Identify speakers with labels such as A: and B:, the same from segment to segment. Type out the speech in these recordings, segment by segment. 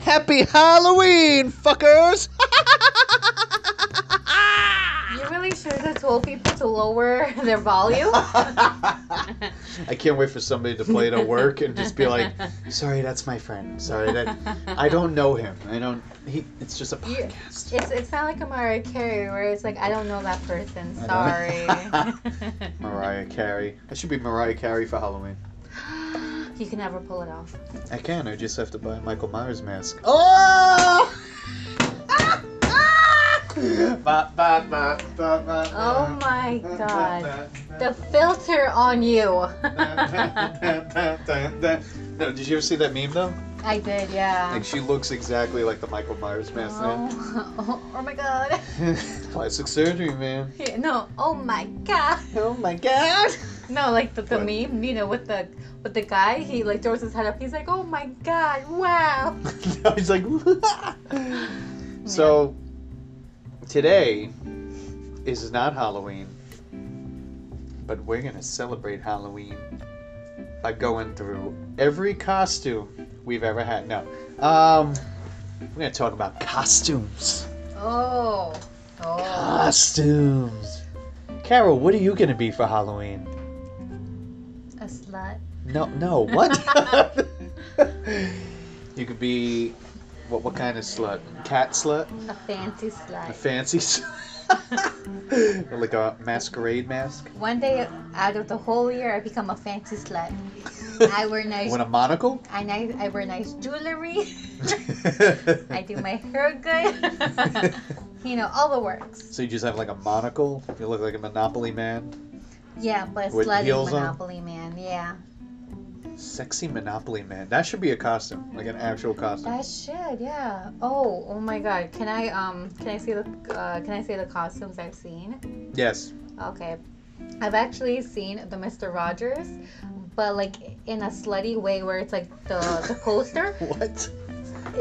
A: Happy Halloween, fuckers!
B: You really sure to told people to lower their volume?
A: I can't wait for somebody to play it at work and just be like, "Sorry, that's my friend. Sorry, that I don't know him. I don't. He. It's just a
B: You-
A: podcast."
B: It's it's not like a Mariah Carey where it's like I don't know that person. Sorry.
A: I Mariah Carey. I should be Mariah Carey for Halloween.
B: you can never pull it off.
A: I can. I just have to buy a Michael Myers mask. Oh! Ba, ba, ba, ba, ba,
B: Oh my
A: ba,
B: god.
A: ba, ba,
B: The filter on you.
A: no, did you ever see that meme though?
B: I did, yeah.
A: Like she looks exactly like the Michael Myers mask man.
B: Oh, oh my god.
A: Plastic surgery man.
B: Yeah, No, oh my god.
A: Oh my god.
B: No, like the, the
A: What?
B: meme, you know, with the with the guy, he like throws his head up. He's like, "Oh my god, wow."
A: He's like. so today is not Halloween, but we're gonna celebrate Halloween by going through every costume we've ever had. No, um, we're gonna talk about costumes.
B: Oh. Oh.
A: Costumes. Carol, what are you gonna be for Halloween?
B: A slut.
A: No, no, what? you could be what? What kind of slut? Cat slut?
B: A fancy
A: A
B: slut.
A: fancy slut? like a masquerade mask?
B: One day out of the whole year, I become a fancy slut. I wear nice.
A: Want a monocle?
B: I, ni- I wear nice jewelry. I do my hair good. you know, all the works.
A: so you just have like a monocle? You look like a Monopoly man?
B: Yeah, but
A: With
B: slutty
A: heels on?
B: Monopoly man. Yeah,
A: Sexy Monopoly man. That should be a costume. Like an actual costume.
B: that should. Yeah. Oh, oh my God. Can I um? Can I see the uh, Can I see the costumes I've seen?
A: Yes.
B: Okay. I've actually seen the Mr. Rogers, but like in a slutty way where it's like the, the poster.
A: What?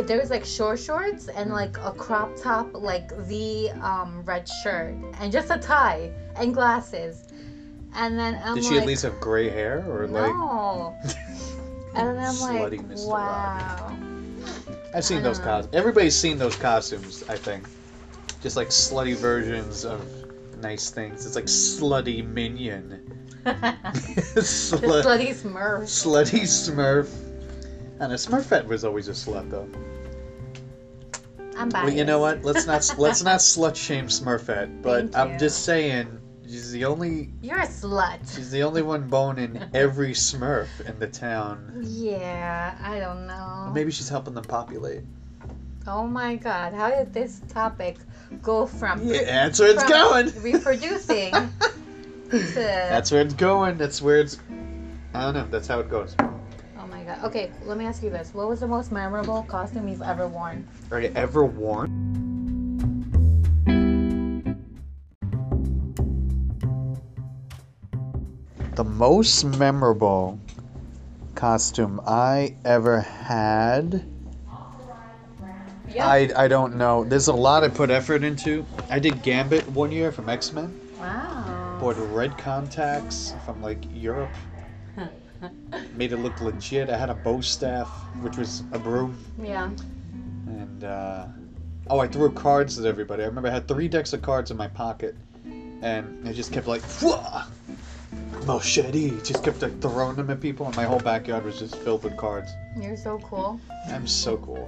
B: there's like short shorts and like a crop top, like the um, red shirt, and just a tie and glasses. And then I'm
A: Did
B: like,
A: she at least have gray hair or like.
B: no. and then I'm like,
A: Slutty Mr.
B: wow.
A: I've seen those
B: Uh.
A: costumes. Everybody's seen those costumes, I think. Just like slutty versions of nice things. It's like slutty minion.
B: the
A: Slut,
B: slutty Smurf.
A: slutty smurf. And a smurfette was always a slut, though.
B: I'm biased.
A: Well, you know what? Let's not let's not slut shame smurfette. But
B: Thank
A: I'm
B: you.
A: just saying, she's the only
B: You're a slut.
A: she's the only one boning every smurf in the town.
B: Yeah, I don't know.
A: Maybe she's helping them populate.
B: Oh my god, how did this topic go from
A: Yeah, that's where it's
B: from
A: going.
B: reproducing to
A: That's where it's going. That's where it's. I don't know. That's how it goes.
B: Oh my god. Okay, let me ask you this. What was the most memorable costume you've ever worn?
A: Are you ever worn? The most memorable costume I ever had.
B: Yeah.
A: I, I don't know. There's a lot I put effort into. I did Gambit one year from X Men.
B: Wow.
A: Bought red contacts from like Europe. Made it look legit. I had a bow staff, which was a broom.
B: Yeah.
A: And uh, oh, I threw cards at everybody. I remember I had three decks of cards in my pocket, and I just kept like Fwah! machete. Just kept like throwing them at people, and my whole backyard was just filled with cards.
B: You're so cool.
A: I'm so cool.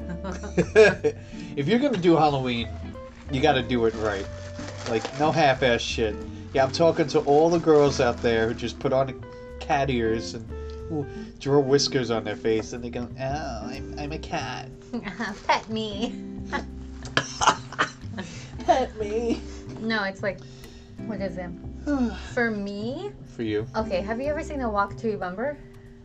A: if you're gonna do Halloween, you gotta do it right. Like no half-ass shit. Yeah, I'm talking to all the girls out there who just put on cat ears and ooh, draw whiskers on their face, and they go, "Oh, I'm, I'm a cat."
B: Pet me.
A: Pet me.
B: No, it's like what is it? For me,
A: For you.
B: okay, have you ever seen a walk to remember?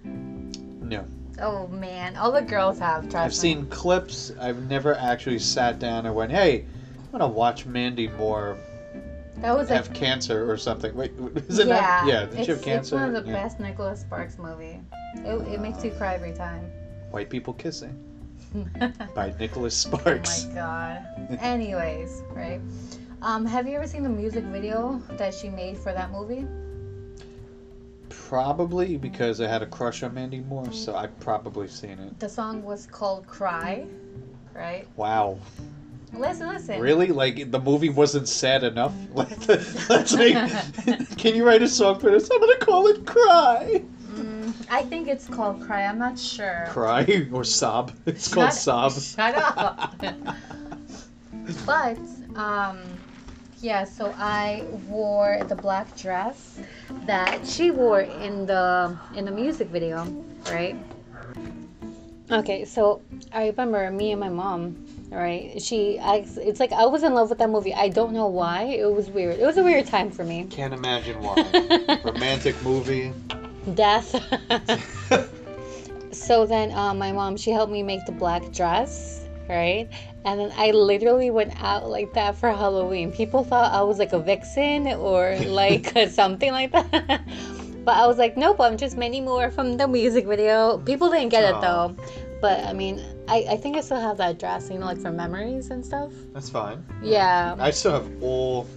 A: No.
B: Oh man, all the girls have, trust
A: I've seen clips. I've never actually sat down and went, hey, I'm going to watch Mandy Moore
B: me. That was like
A: have cancer or something. Wait, is it
B: yeah,
A: not? Yeah, did she
B: it's,
A: have cancer?
B: It's one of the
A: Yeah.
B: best Nicholas Sparks movie. It, it makes you cry every time.
A: White People Kissing
B: oh
A: by Nicholas
B: my
A: Sparks.
B: god. Anyways, right? Um, have you ever seen the music video that she made for that movie?
A: probably because I had a crush on Mandy Moore, so I've probably seen it.
B: The song was called "Cry," right?
A: Wow.
B: Listen, listen.
A: Really? Like the movie wasn't sad enough? Let's make. Can you write a song for this? I'm gonna call it "Cry."
B: Mm, I think it's called Cry. I'm not sure.
A: Cry or sob? It's called sob.
B: Shut- Shut up. but um, yeah, so I wore the black dress that she wore in the in the music video, right? Okay, so I remember me and my mom. Right, she. I. It's like I was in love with that movie. I don't know why. It was weird. It was a weird time for me.
A: Can't imagine why. Romantic movie.
B: Death. so then uh, my mom she helped me make the black dress right and then i literally went out like that for halloween people thought i was like a vixen or like something like that but i was like nope i'm just many more from the music video people didn't get it
A: Aw.
B: though but i mean I, I think i still have that dress you know like for memories and stuff
A: That's fine.
B: yeah
A: I still have all.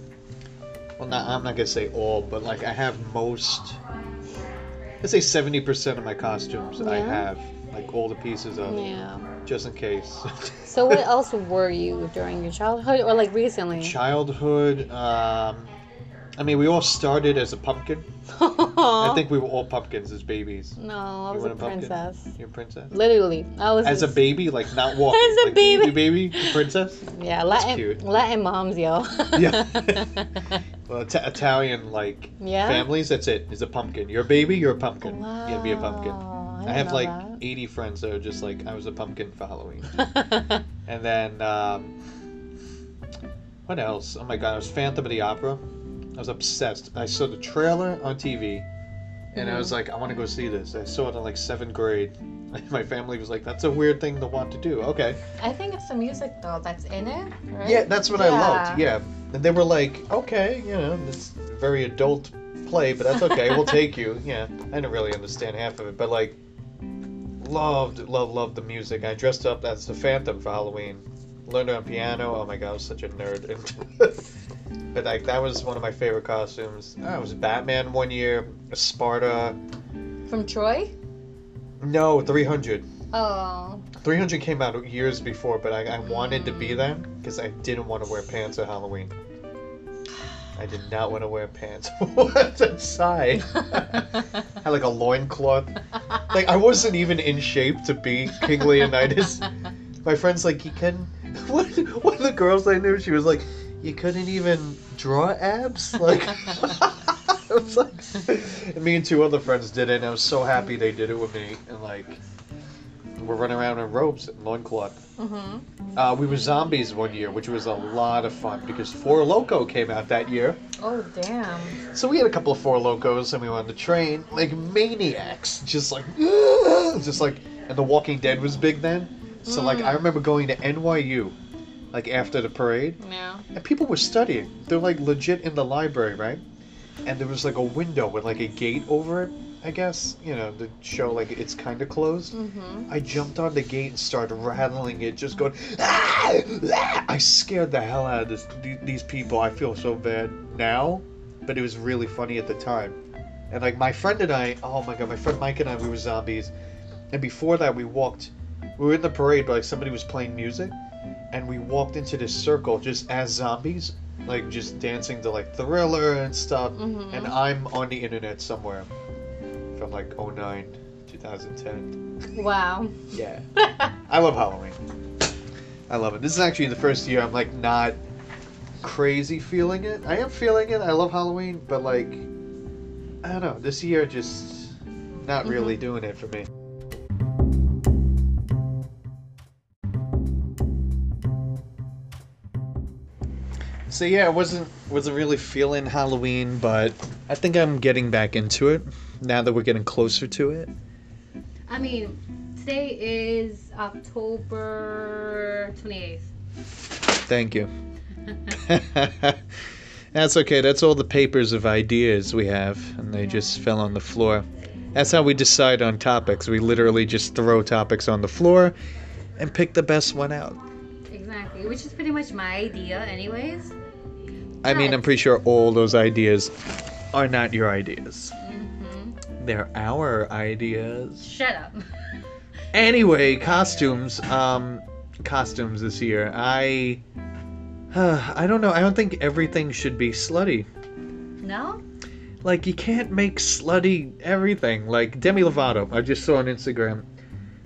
A: Well, not, I'm not gonna say all, but like I have most. Let's say 70% of my costumes I
B: Yeah.
A: have, like all the pieces of,
B: yeah
A: just in case.
B: so what else were you during your childhood or like recently
A: Childhood. Um, I mean, we all started as a pumpkin.
B: Oh.
A: I think we were all pumpkins as babies.
B: no i
A: You
B: was
A: want
B: a
A: a pumpkin?
B: princess
A: You're a princess.
B: Literally, I was
A: As a baby, like not walking.
B: As a
A: like,
B: baby.
A: you baby, you princess.
B: yeah Latin
A: cute.
B: Latin moms, yo.
A: Yeah. Well, Ita- Italian like
B: yeah.
A: families. That's it. Is a pumpkin. You're a baby. You're a pumpkin.
B: Wow.
A: You gotta be a pumpkin. I,
B: didn't
A: have
B: know
A: like 80 friends that are just like I was a pumpkin for Halloween.
B: that.
A: And then um, what else? Oh my god, I was Phantom of the Opera. I was obsessed. I saw the trailer on TV, and
B: Mm-hmm.
A: I was like, I want to go see this. I saw it in like seventh grade. My family was like, "That's a weird thing to want to do." Okay.
B: I think it's the music though that's in it, right?
A: Yeah, that's what I loved.
B: Yeah.
A: Yeah. And they were like, okay, you know, it's a very adult play, but that's okay. we'll take you. Yeah. I didn't really understand half of it, but like, loved, loved, loved the music. I dressed up as the Phantom for Halloween. Learned on piano. Oh my god, I was such a nerd. And- but like, that was one of my favorite costumes. I was Batman one year, Sparta.
B: From Troy?
A: No, 300.
B: Oh.
A: 300 came out years before, but I, I wanted to be them because I didn't want to wear pants at Halloween. I did not want to wear pants. What's inside? Had
B: Mm-hmm.
A: like a loincloth. Like I wasn't even in shape to be King Leonidas. My friend's like, you couldn't. What? One of the girls I knew, she was like, you couldn't even draw abs. Like, I was like, and me and two other friends did it. And I was so happy they did it with me. And like, we're running around in robes and loincloth.
B: hmm
A: Uh, we were zombies one year, which was a lot of fun because Four Loco came out that year.
B: Oh damn.
A: So we had a couple of Four Locos and we were on the train like maniacs, just like, just like, and The Walking Dead was big then. So like, I remember going to NYU, like after the parade,
B: Yeah.
A: and people were studying. They're like legit in the library, right? And there was like a window with like a gate over it, I guess, you know, to show like it's kind of closed.
B: Mm-hmm.
A: I jumped on the gate and started rattling it, just going, "Ah! Ah!" I scared the hell out of this, th- these people. I feel so bad now, but it was really funny at the time. And like my friend and I, oh my god, my friend Mike and I, we were zombies. And before that, we walked, we were in the parade, but like somebody was playing music, and we walked into this circle just as zombies, like just dancing to like Thriller and stuff.
B: Mhm.
A: And I'm on the internet somewhere from like 09, 2010.
B: Wow.
A: Yeah. I love Halloween. I love it. This is actually the first year I'm like not crazy feeling it. I am feeling it. I love Halloween, but like I don't know. This year just not really doing it for me. So yeah, I wasn't wasn't really feeling Halloween, but I think I'm getting back into it now that we're getting closer to it.
B: I mean, today is October twenty eighth.
A: Thank you. That's okay. That's all the papers of ideas we have, and they just fell on the floor. That's how we decide on topics. We literally just throw topics on the floor and pick the best one out.
B: Exactly. Which is pretty much my idea anyways.
A: I mean, I'm pretty sure all those ideas are not your ideas,
B: Mm-hmm.
A: they're our ideas.
B: Shut up.
A: Anyway, costumes. Um, costumes this year. I I don't know. I don't think everything should be slutty.
B: No?
A: Like you can't make slutty everything. Like Demi Lovato, I just saw on Instagram,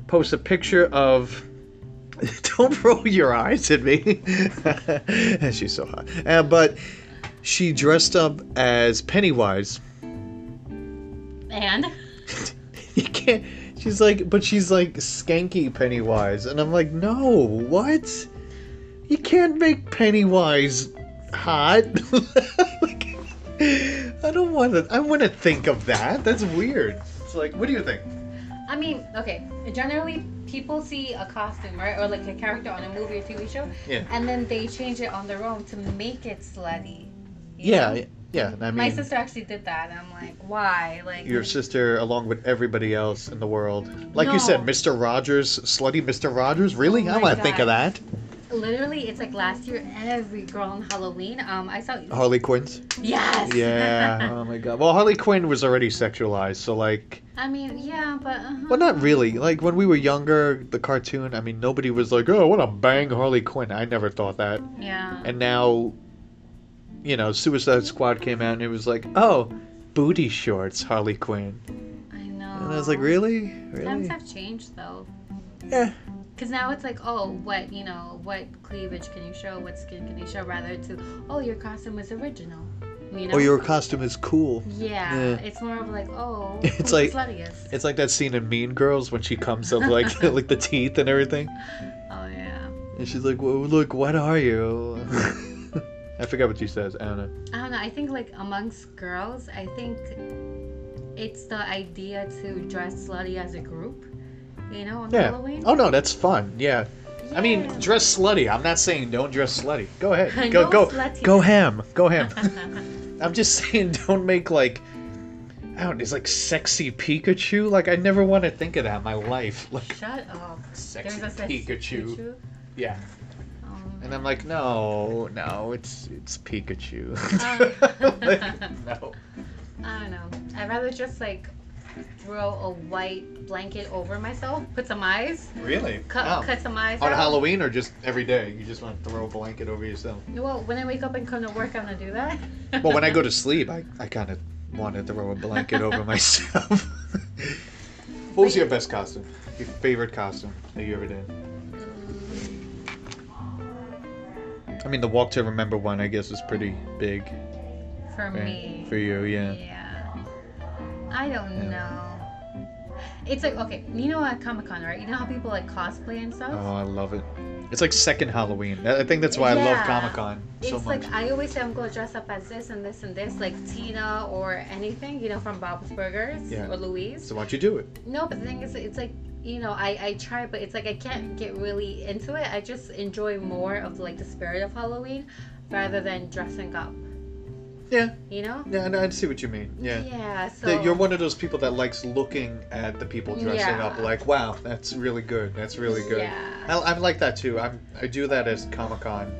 A: post a picture of. Don't roll your eyes at me. She's so hot. Uh, but she dressed up as Pennywise.
B: And?
A: You can't. She's like, but she's like skanky Pennywise, and I'm like, no, what? You can't make Pennywise hot. like, I don't want to. I want to think of that. That's weird. It's like, what do you think?
B: I mean, okay. Generally, people see a costume, right, or like a character on a movie or TV show,
A: Yeah.
B: and then they change it on their own to make it slutty. you know?
A: Yeah, yeah. I mean,
B: My sister actually did that, and I'm like, why? Like,
A: your sister, along with everybody else in the world, like you said,
B: No.
A: Mr. Rogers, slutty Mr. Rogers. Really?
B: Oh
A: I
B: my
A: want to think of that.
B: God. literally, it's like last year, every girl on Halloween, um, I saw.
A: Harley Quinn's.
B: Yes.
A: Oh. Yeah. oh my God. Well, Harley Quinn was already sexualized, so like.
B: I mean, yeah, but. Uh-huh.
A: Well, not really. Like when we were younger, the cartoon. I mean, nobody was like, "Oh, what a bang Harley Quinn." I never thought that.
B: Yeah.
A: And now, you know, Suicide Squad came out, and it was like, "Oh, booty shorts, Harley Quinn."
B: I know.
A: And I was like, "Really,
B: Times
A: really?"
B: have changed though.
A: Yeah.
B: Because now it's like, oh, what you know, what cleavage can you show? What skin can you show? Rather to, oh, your costume is original. You know.
A: Or your costume is cool.
B: Yeah,
A: Oh, Yeah.
B: it's more of like, oh,
A: It's
B: who's
A: like-
B: the sluttiest?
A: It's like that scene in Mean Girls when she comes up like like the teeth and everything,
B: Oh yeah.
A: and she's like, well, "Look, what are you?" I forgot what she says. I don't know.
B: I don't know. I think like amongst girls, I think it's the idea to dress slutty as a group. You know, on
A: Yeah.
B: Halloween.
A: Oh no, that's fun. Yeah. I mean,
B: Yeah.
A: dress slutty. I'm not saying don't dress slutty. Go ahead. Go
B: No
A: go
B: slutty.
A: go ham. Go ham. I'm just saying don't make like I don't. It's like sexy Pikachu. Like I never want to think of that in my life. Like
B: Shut up.
A: sexy
B: sexy
A: Pikachu.
B: Pikachu?
A: Yeah.
B: Um,
A: And I'm like, no, no, it's it's Pikachu. Oh.
B: Ah.
A: no.
B: I don't know. I'd rather just like throw a white blanket over myself, put some eyes,
A: Really?
B: cut
A: Wow.
B: cut some eyes.
A: On
B: out.
A: Halloween Oh. or just every day? You just want to throw a blanket over yourself.
B: Well, when I wake up and come to work, I'm gonna do that.
A: Well, when I go to sleep, I, I kind of want to throw a blanket over myself. what was your best costume? Your favorite costume that you ever did? I mean, the Walk to Remember one, I guess, is pretty big
B: For
A: right?
B: me.
A: for you, yeah.
B: Yeah. I don't
A: Yeah.
B: know. It's like okay, you know at Comic Con, right? You know how people like cosplay and stuff.
A: Oh, I love it. It's like second Halloween. I I think that's why I love
B: Yeah.
A: Comic Con
B: It's
A: so much.
B: like I always say I'm gonna dress up as this and this and this, like Tina or anything, you know, from Bob's Burgers
A: Yeah.
B: or Louise.
A: So why don't you do it?
B: No, but the thing is, it's like you know, I I try, but it's like I can't get really into it. I just enjoy more of like the spirit of Halloween rather than dressing up.
A: Yeah.
B: You know.
A: Yeah, no, I see what you mean. Yeah.
B: so.
A: That You're one of those people that likes looking at the people dressing
B: Yeah.
A: up like, wow, that's really good. That's really good.
B: Yeah.
A: I, I'm like that too. I'm, I do that as Comic Con.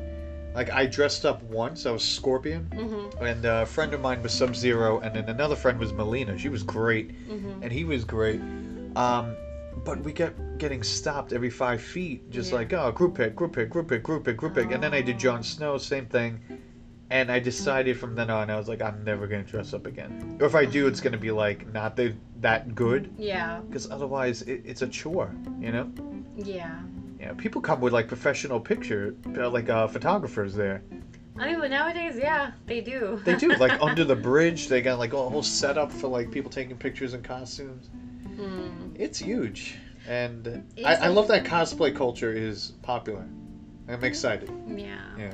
A: Like I dressed up once. I was Scorpion,
B: Mhm.
A: and a friend of mine was Sub Zero, and then another friend was Melina. She was great,
B: Mhm.
A: and he was great. Um, but we kept getting stopped every five feet, just
B: Yeah.
A: like oh, group pick, group pick, group pick, group pick, group pick. And then I did Jon Snow, same thing. And I decided from then on, I was like, I'm never gonna dress up again. Or if I do, it's gonna be like not the, that good,
B: Yeah.
A: because otherwise it, it's a chore, you know.
B: Yeah.
A: Yeah, people come with like professional picture, uh, like uh, photographers there.
B: I mean, but nowadays, yeah, they do.
A: They do like under the bridge. They got like a whole setup for like people taking pictures and costumes.
B: Mm.
A: It's huge, and
B: It's
A: I, I
B: like-
A: love that cosplay culture is popular. I'm excited.
B: Yeah.
A: Yeah.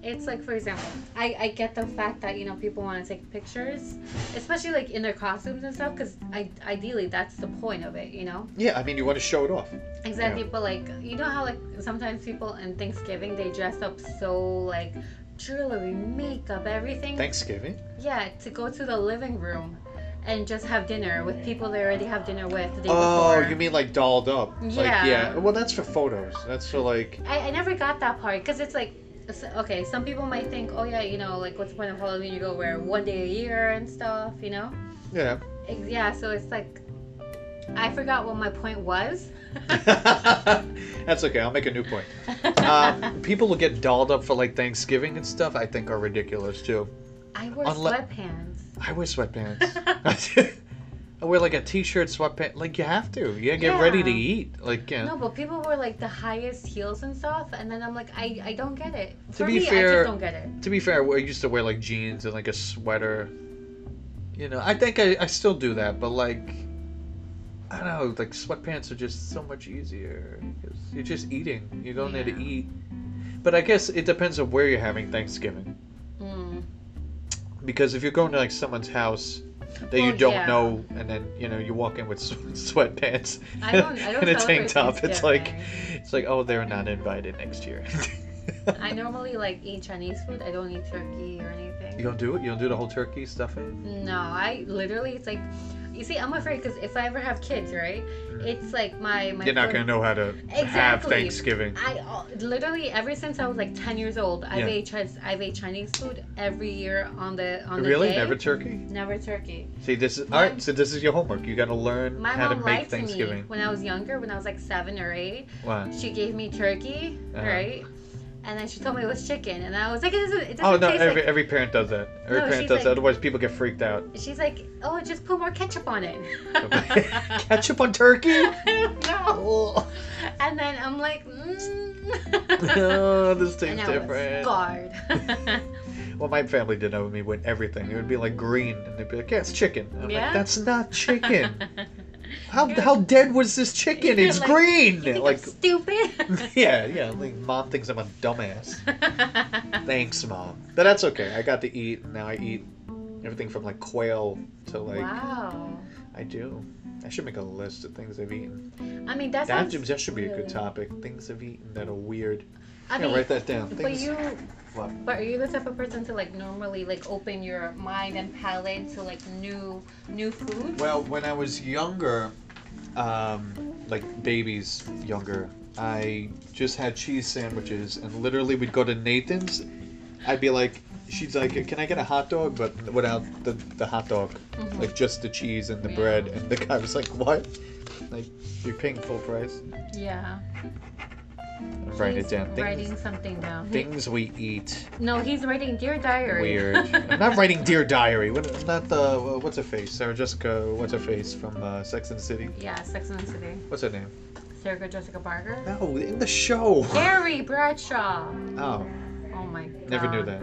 B: It's like, for example, I, I get the fact that, you know, people want to take pictures, especially like in their costumes and stuff, because I, ideally that's the point of it, you know?
A: Yeah, I mean you want to show it off.
B: Exactly, but like you know how like sometimes people in Thanksgiving they dress up so like jewelry, makeup, everything.
A: Thanksgiving.
B: yeah, to go to the living room and just have dinner with people they already have dinner with the day
A: Oh,
B: before.
A: you mean like dolled up?
B: Yeah.
A: Like, yeah. Well, that's for photos. That's for like.
B: I, I never got that part because it's like s- okay, some people might think, oh yeah, you know, like what's the point of Halloween? You go wear one day a year and stuff, you know?
A: Yeah.
B: Ex- Yeah, so it's like I forgot what my point was.
A: That's okay. I'll make a new point. Um, people who get dolled up for like Thanksgiving and stuff, I think are ridiculous too.
B: I wear
A: unle-
B: sweatpants.
A: I wear sweatpants. I wear like a t-shirt, sweatpants. Like you have to. You gotta get ready to
B: Yeah.
A: eat. Like you know.
B: No, but people wear like the highest heels and stuff, and then I'm like, I, I don't get it.
A: To
B: For
A: be
B: me, I
A: fair-
B: just don't get it.
A: To be fair, I used to wear like jeans and like a sweater. You know, I think I, I still do that, but like, I don't know, like sweatpants are just so much easier. 'cause You're just eating. You don't need to
B: Yeah.
A: eat. But I guess it depends on where you're having Thanksgiving.
B: Mm.
A: Because if you're going to like someone's house that you
B: Well,
A: don't
B: yeah.
A: know, and then you know you walk in with s- sweatpants
B: I don't. I don't
A: and a tank
B: celebrate
A: top, it's like
B: Thanksgiving.
A: it's like oh they're not invited next year.
B: I normally like eat Chinese food. I don't eat turkey or anything.
A: you don't do it. You don't do the whole turkey stuffing.
B: No, I literally it's like, you see, I'm afraid because if I ever have kids, right? It's like my my.
A: You're not
B: fam-
A: gonna know how to have
B: Exactly.
A: Thanksgiving.
B: I al- literally ever since I was like 10 years old, I've
A: Yeah.
B: ate Chinese. I've ate Chinese food every year on the on the
A: Really?
B: day.
A: Never turkey?
B: Never turkey.
A: See, this is
B: My-
A: all right. So this is your homework. You gotta learn
B: My
A: how to
B: mom
A: make
B: lied to me
A: Thanksgiving.
B: when I was younger, when I was like seven or eight.
A: Wow.
B: She gave me turkey,
A: Uh-huh.
B: right? And then she told me it was chicken, and I was like, it doesn't, it doesn't
A: Oh no!
B: taste
A: Every
B: like.
A: every parent does that. Every
B: No,
A: parent
B: she's
A: does that.
B: like-
A: Otherwise, people get freaked out.
B: She's like, oh, just put more ketchup on it.
A: Ketchup on turkey?
B: I don't know.
A: oh,
B: And then I'm like, mm.
A: this
B: and
A: tastes
B: I was
A: different.
B: scarred.
A: Well, my family did that with me with everything. It would be like green, and they'd be like, "Yeah, it's chicken." And I'm
B: Yeah?
A: like, "That's not chicken. How how dead was this chicken?
B: You're
A: It's
B: like,
A: green."
B: You think
A: Like,
B: I'm stupid.
A: yeah, yeah. Like, mom thinks I'm a dumbass.
B: yeah.
A: Thanks, mom. But that's okay. I got to eat. and Now I eat everything from like quail to like
B: wow.
A: I do. I should make a list of things I've eaten.
B: I mean, that
A: That,
B: sounds.
A: should- that should be a good
B: really-
A: topic. Things I've eaten that are weird.
B: I
A: yeah,
B: mean,
A: write that down.
B: but
A: Things.
B: you,
A: What?
B: but are you the type of person to like normally like open your mind and palate to like new new food?
A: Well, when I was younger, um, like babies younger, I just had cheese sandwiches and literally we'd go to Nathan's. I'd be like, she's like, can I get a hot dog? But without the, the hot dog,
B: Mhm.
A: like just the cheese and the
B: Yeah.
A: bread. And the guy was like, what? Like, you're paying full price.
B: Yeah.
A: I'm writing it
B: He's
A: down. Things,
B: Writing something down.
A: things we eat.
B: No, he's writing Dear Diary.
A: Weird. I'm not writing Dear Diary. What, not the, what's her face? Sarah Jessica, what's her face from uh, Sex and the City?
B: Yeah, Sex and the City.
A: What's her name?
B: Sarah Jessica Parker.
A: No, in the show.
B: Carrie Bradshaw.
A: Oh,
B: Oh my god.
A: never knew that.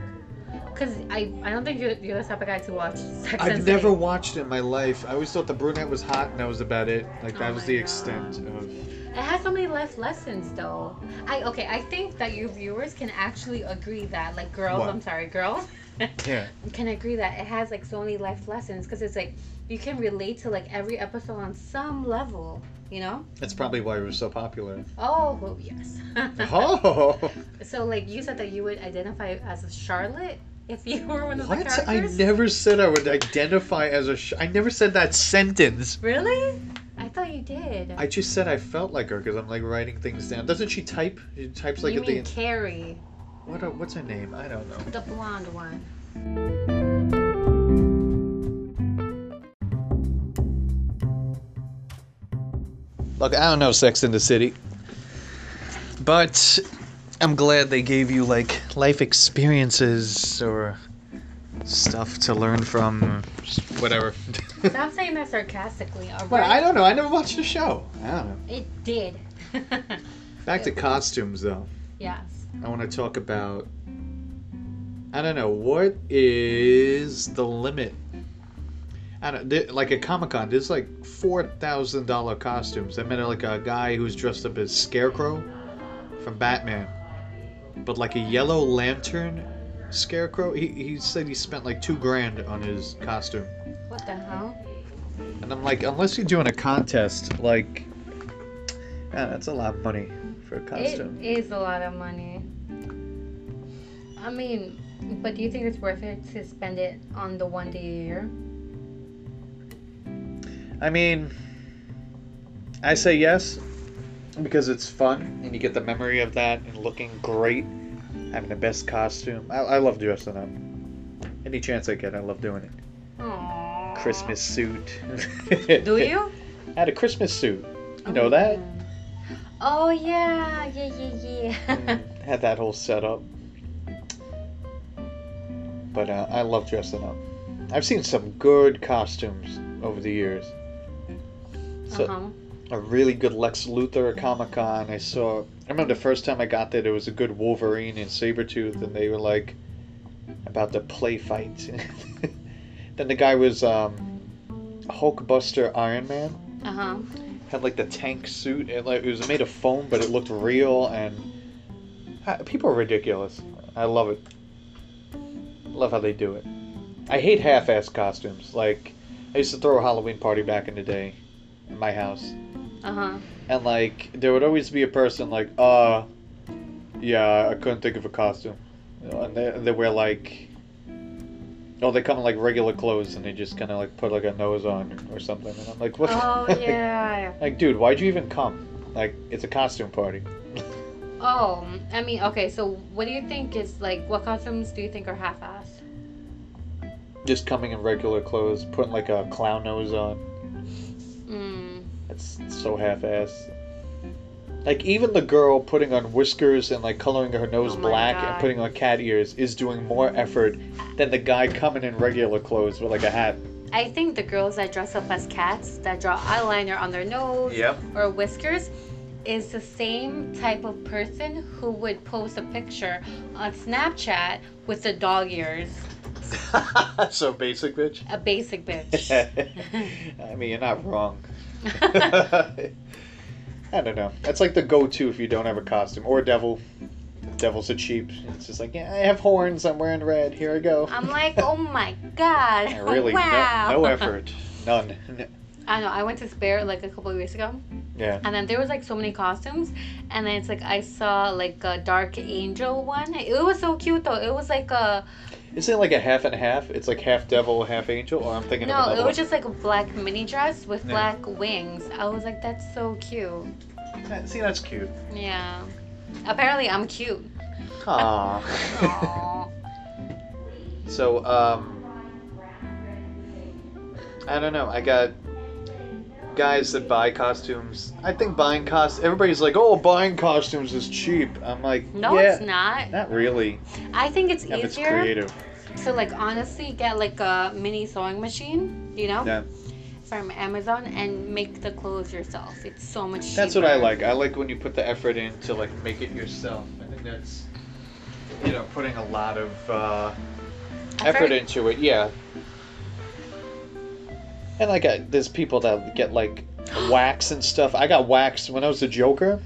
B: Cause I, I don't think you're, you're the type of guy to watch Sex and the
A: I've
B: City.
A: never watched it in my life. I always thought the brunette was hot, and that was about it. Like that
B: Oh
A: was
B: my
A: the
B: God.
A: extent of.
B: It has so many life lessons, though. I okay. I think that your viewers can actually agree that, like, girls.
A: What?
B: I'm sorry, girls.
A: Yeah.
B: Can agree that it has like so many life lessons because it's like you can relate to like every episode on some level. You know?
A: That's probably why it was so popular.
B: Oh well, yes.
A: Oh,
B: so like you said that you would identify as a Charlotte if you were one of the
A: what? I
B: characters.
A: never said I would identify as a. Sh- I never said that sentence.
B: Really? I thought you did.
A: I just said I felt like her because I'm like writing things down. Doesn't she type? She types like
B: you
A: at
B: mean
A: the end.
B: Carrie,
A: What? Are, what's her name? I don't know.
B: the blonde one?
A: Look, I don't know Sex in the City, but I'm glad they gave you like life experiences or stuff to learn from, whatever.
B: Stop saying that sarcastically. All right?
A: but I don't know. I never watched the show. I don't know.
B: It did.
A: Back to costumes though.
B: yes.
A: I want to talk about. I don't know what is the limit. I don't there- like a Comic Con. There's like four thousand dollar costumes. I met like a guy who's dressed up as Scarecrow from Batman, but like a Yellow Lantern Scarecrow. He he said he spent like two grand on his costume,
B: What the hell?
A: and I'm like, unless you're doing a contest, like, yeah, that's a lot of money for a costume.
B: It is a lot of money. I mean, but do you think it's worth it to spend it on the one day a year?
A: I mean, I say yes because it's fun and you get the memory of that and looking great, having the best costume. I, I love dressing up. Any chance I get, I love doing it.
B: Aww.
A: Christmas suit.
B: Do you?
A: had a Christmas suit. You know that?
B: Oh yeah, yeah, yeah, yeah.
A: had that whole setup. But uh, I love dressing up. I've seen some good costumes over the years. So
B: uh-huh.
A: a really good Lex Luthor at Comic Con. I saw. I remember the first time I got there, there was a good Wolverine and Sabretooth, and they were like about to play fight. then the guy was um, Hulkbuster Iron Man
B: Uh-huh.
A: had like the tank suit. It like it was made of foam, but it looked real. And Uh, people are ridiculous. I love it. Love how they do it. I hate half-ass costumes. Like I used to throw a Halloween party back in the day, in my house,
B: Uh-huh.
A: and like there would always be a person like, uh, yeah, I couldn't think of a costume, You know, and they they wear like. Oh, they come in like regular clothes, and they just kind of like put like a nose on or something, and I'm like, what?
B: Oh yeah.
A: Like, dude, why'd you even come? Like, it's a costume party.
B: Oh, I mean, okay. So, what do you think is like? What costumes do you think are half-assed?
A: Just coming in regular clothes, putting like a clown nose on.
B: Mm.
A: That's so half-assed. Like, even the girl putting on whiskers and like coloring her nose
B: Oh my
A: black and
B: God.
A: putting on cat ears is doing more effort than the guy coming in regular clothes with like a hat.
B: I think the girls that dress up as cats that draw eyeliner on their nose
A: Yep.
B: or whiskers is the same type of person who would post a picture on Snapchat with the dog ears.
A: so basic, bitch.
B: A basic bitch.
A: I mean, you're not wrong. I don't know. That's like the go-to if you don't have a costume or a devil. Devils are cheap. It's just like, yeah, I have horns. I'm wearing red. Here I go.
B: I'm like, oh my god.
A: And really, no-
B: wow.
A: no, effort, none. N-
B: I know. I went to Spare like a couple of weeks ago,
A: Yeah.
B: and then there was like so many costumes, and then it's like I saw like a dark angel one. It was so cute though. It was like a
A: Isn't it like a half and half? It's like half devil, half angel. Or I'm thinking of
B: No,
A: another
B: it was
A: one.
B: just like a black mini dress with
A: Yeah.
B: black wings. I was like, that's so cute.
A: Uh, See, that's cute.
B: Yeah. Apparently, I'm cute.
A: Aww.
B: Aw.
A: So, um, I don't know. I got guys that buy costumes. I think buying cost. Everybody's like, "Oh, buying costumes is cheap." I'm like,
B: No,
A: yeah,
B: it's not.
A: not really.
B: I think it's
A: If it's
B: easier
A: creative,
B: to like honestly get like a mini sewing machine, you know,
A: Yeah.
B: from Amazon and make the clothes yourself. It's so much cheaper.
A: that's what I like. I like when you put the effort in to like make it yourself. I think that's, you know, putting a lot of uh, effort into it. Yeah. And like, I, there's people that get like wax and stuff. I got waxed when I was the Joker.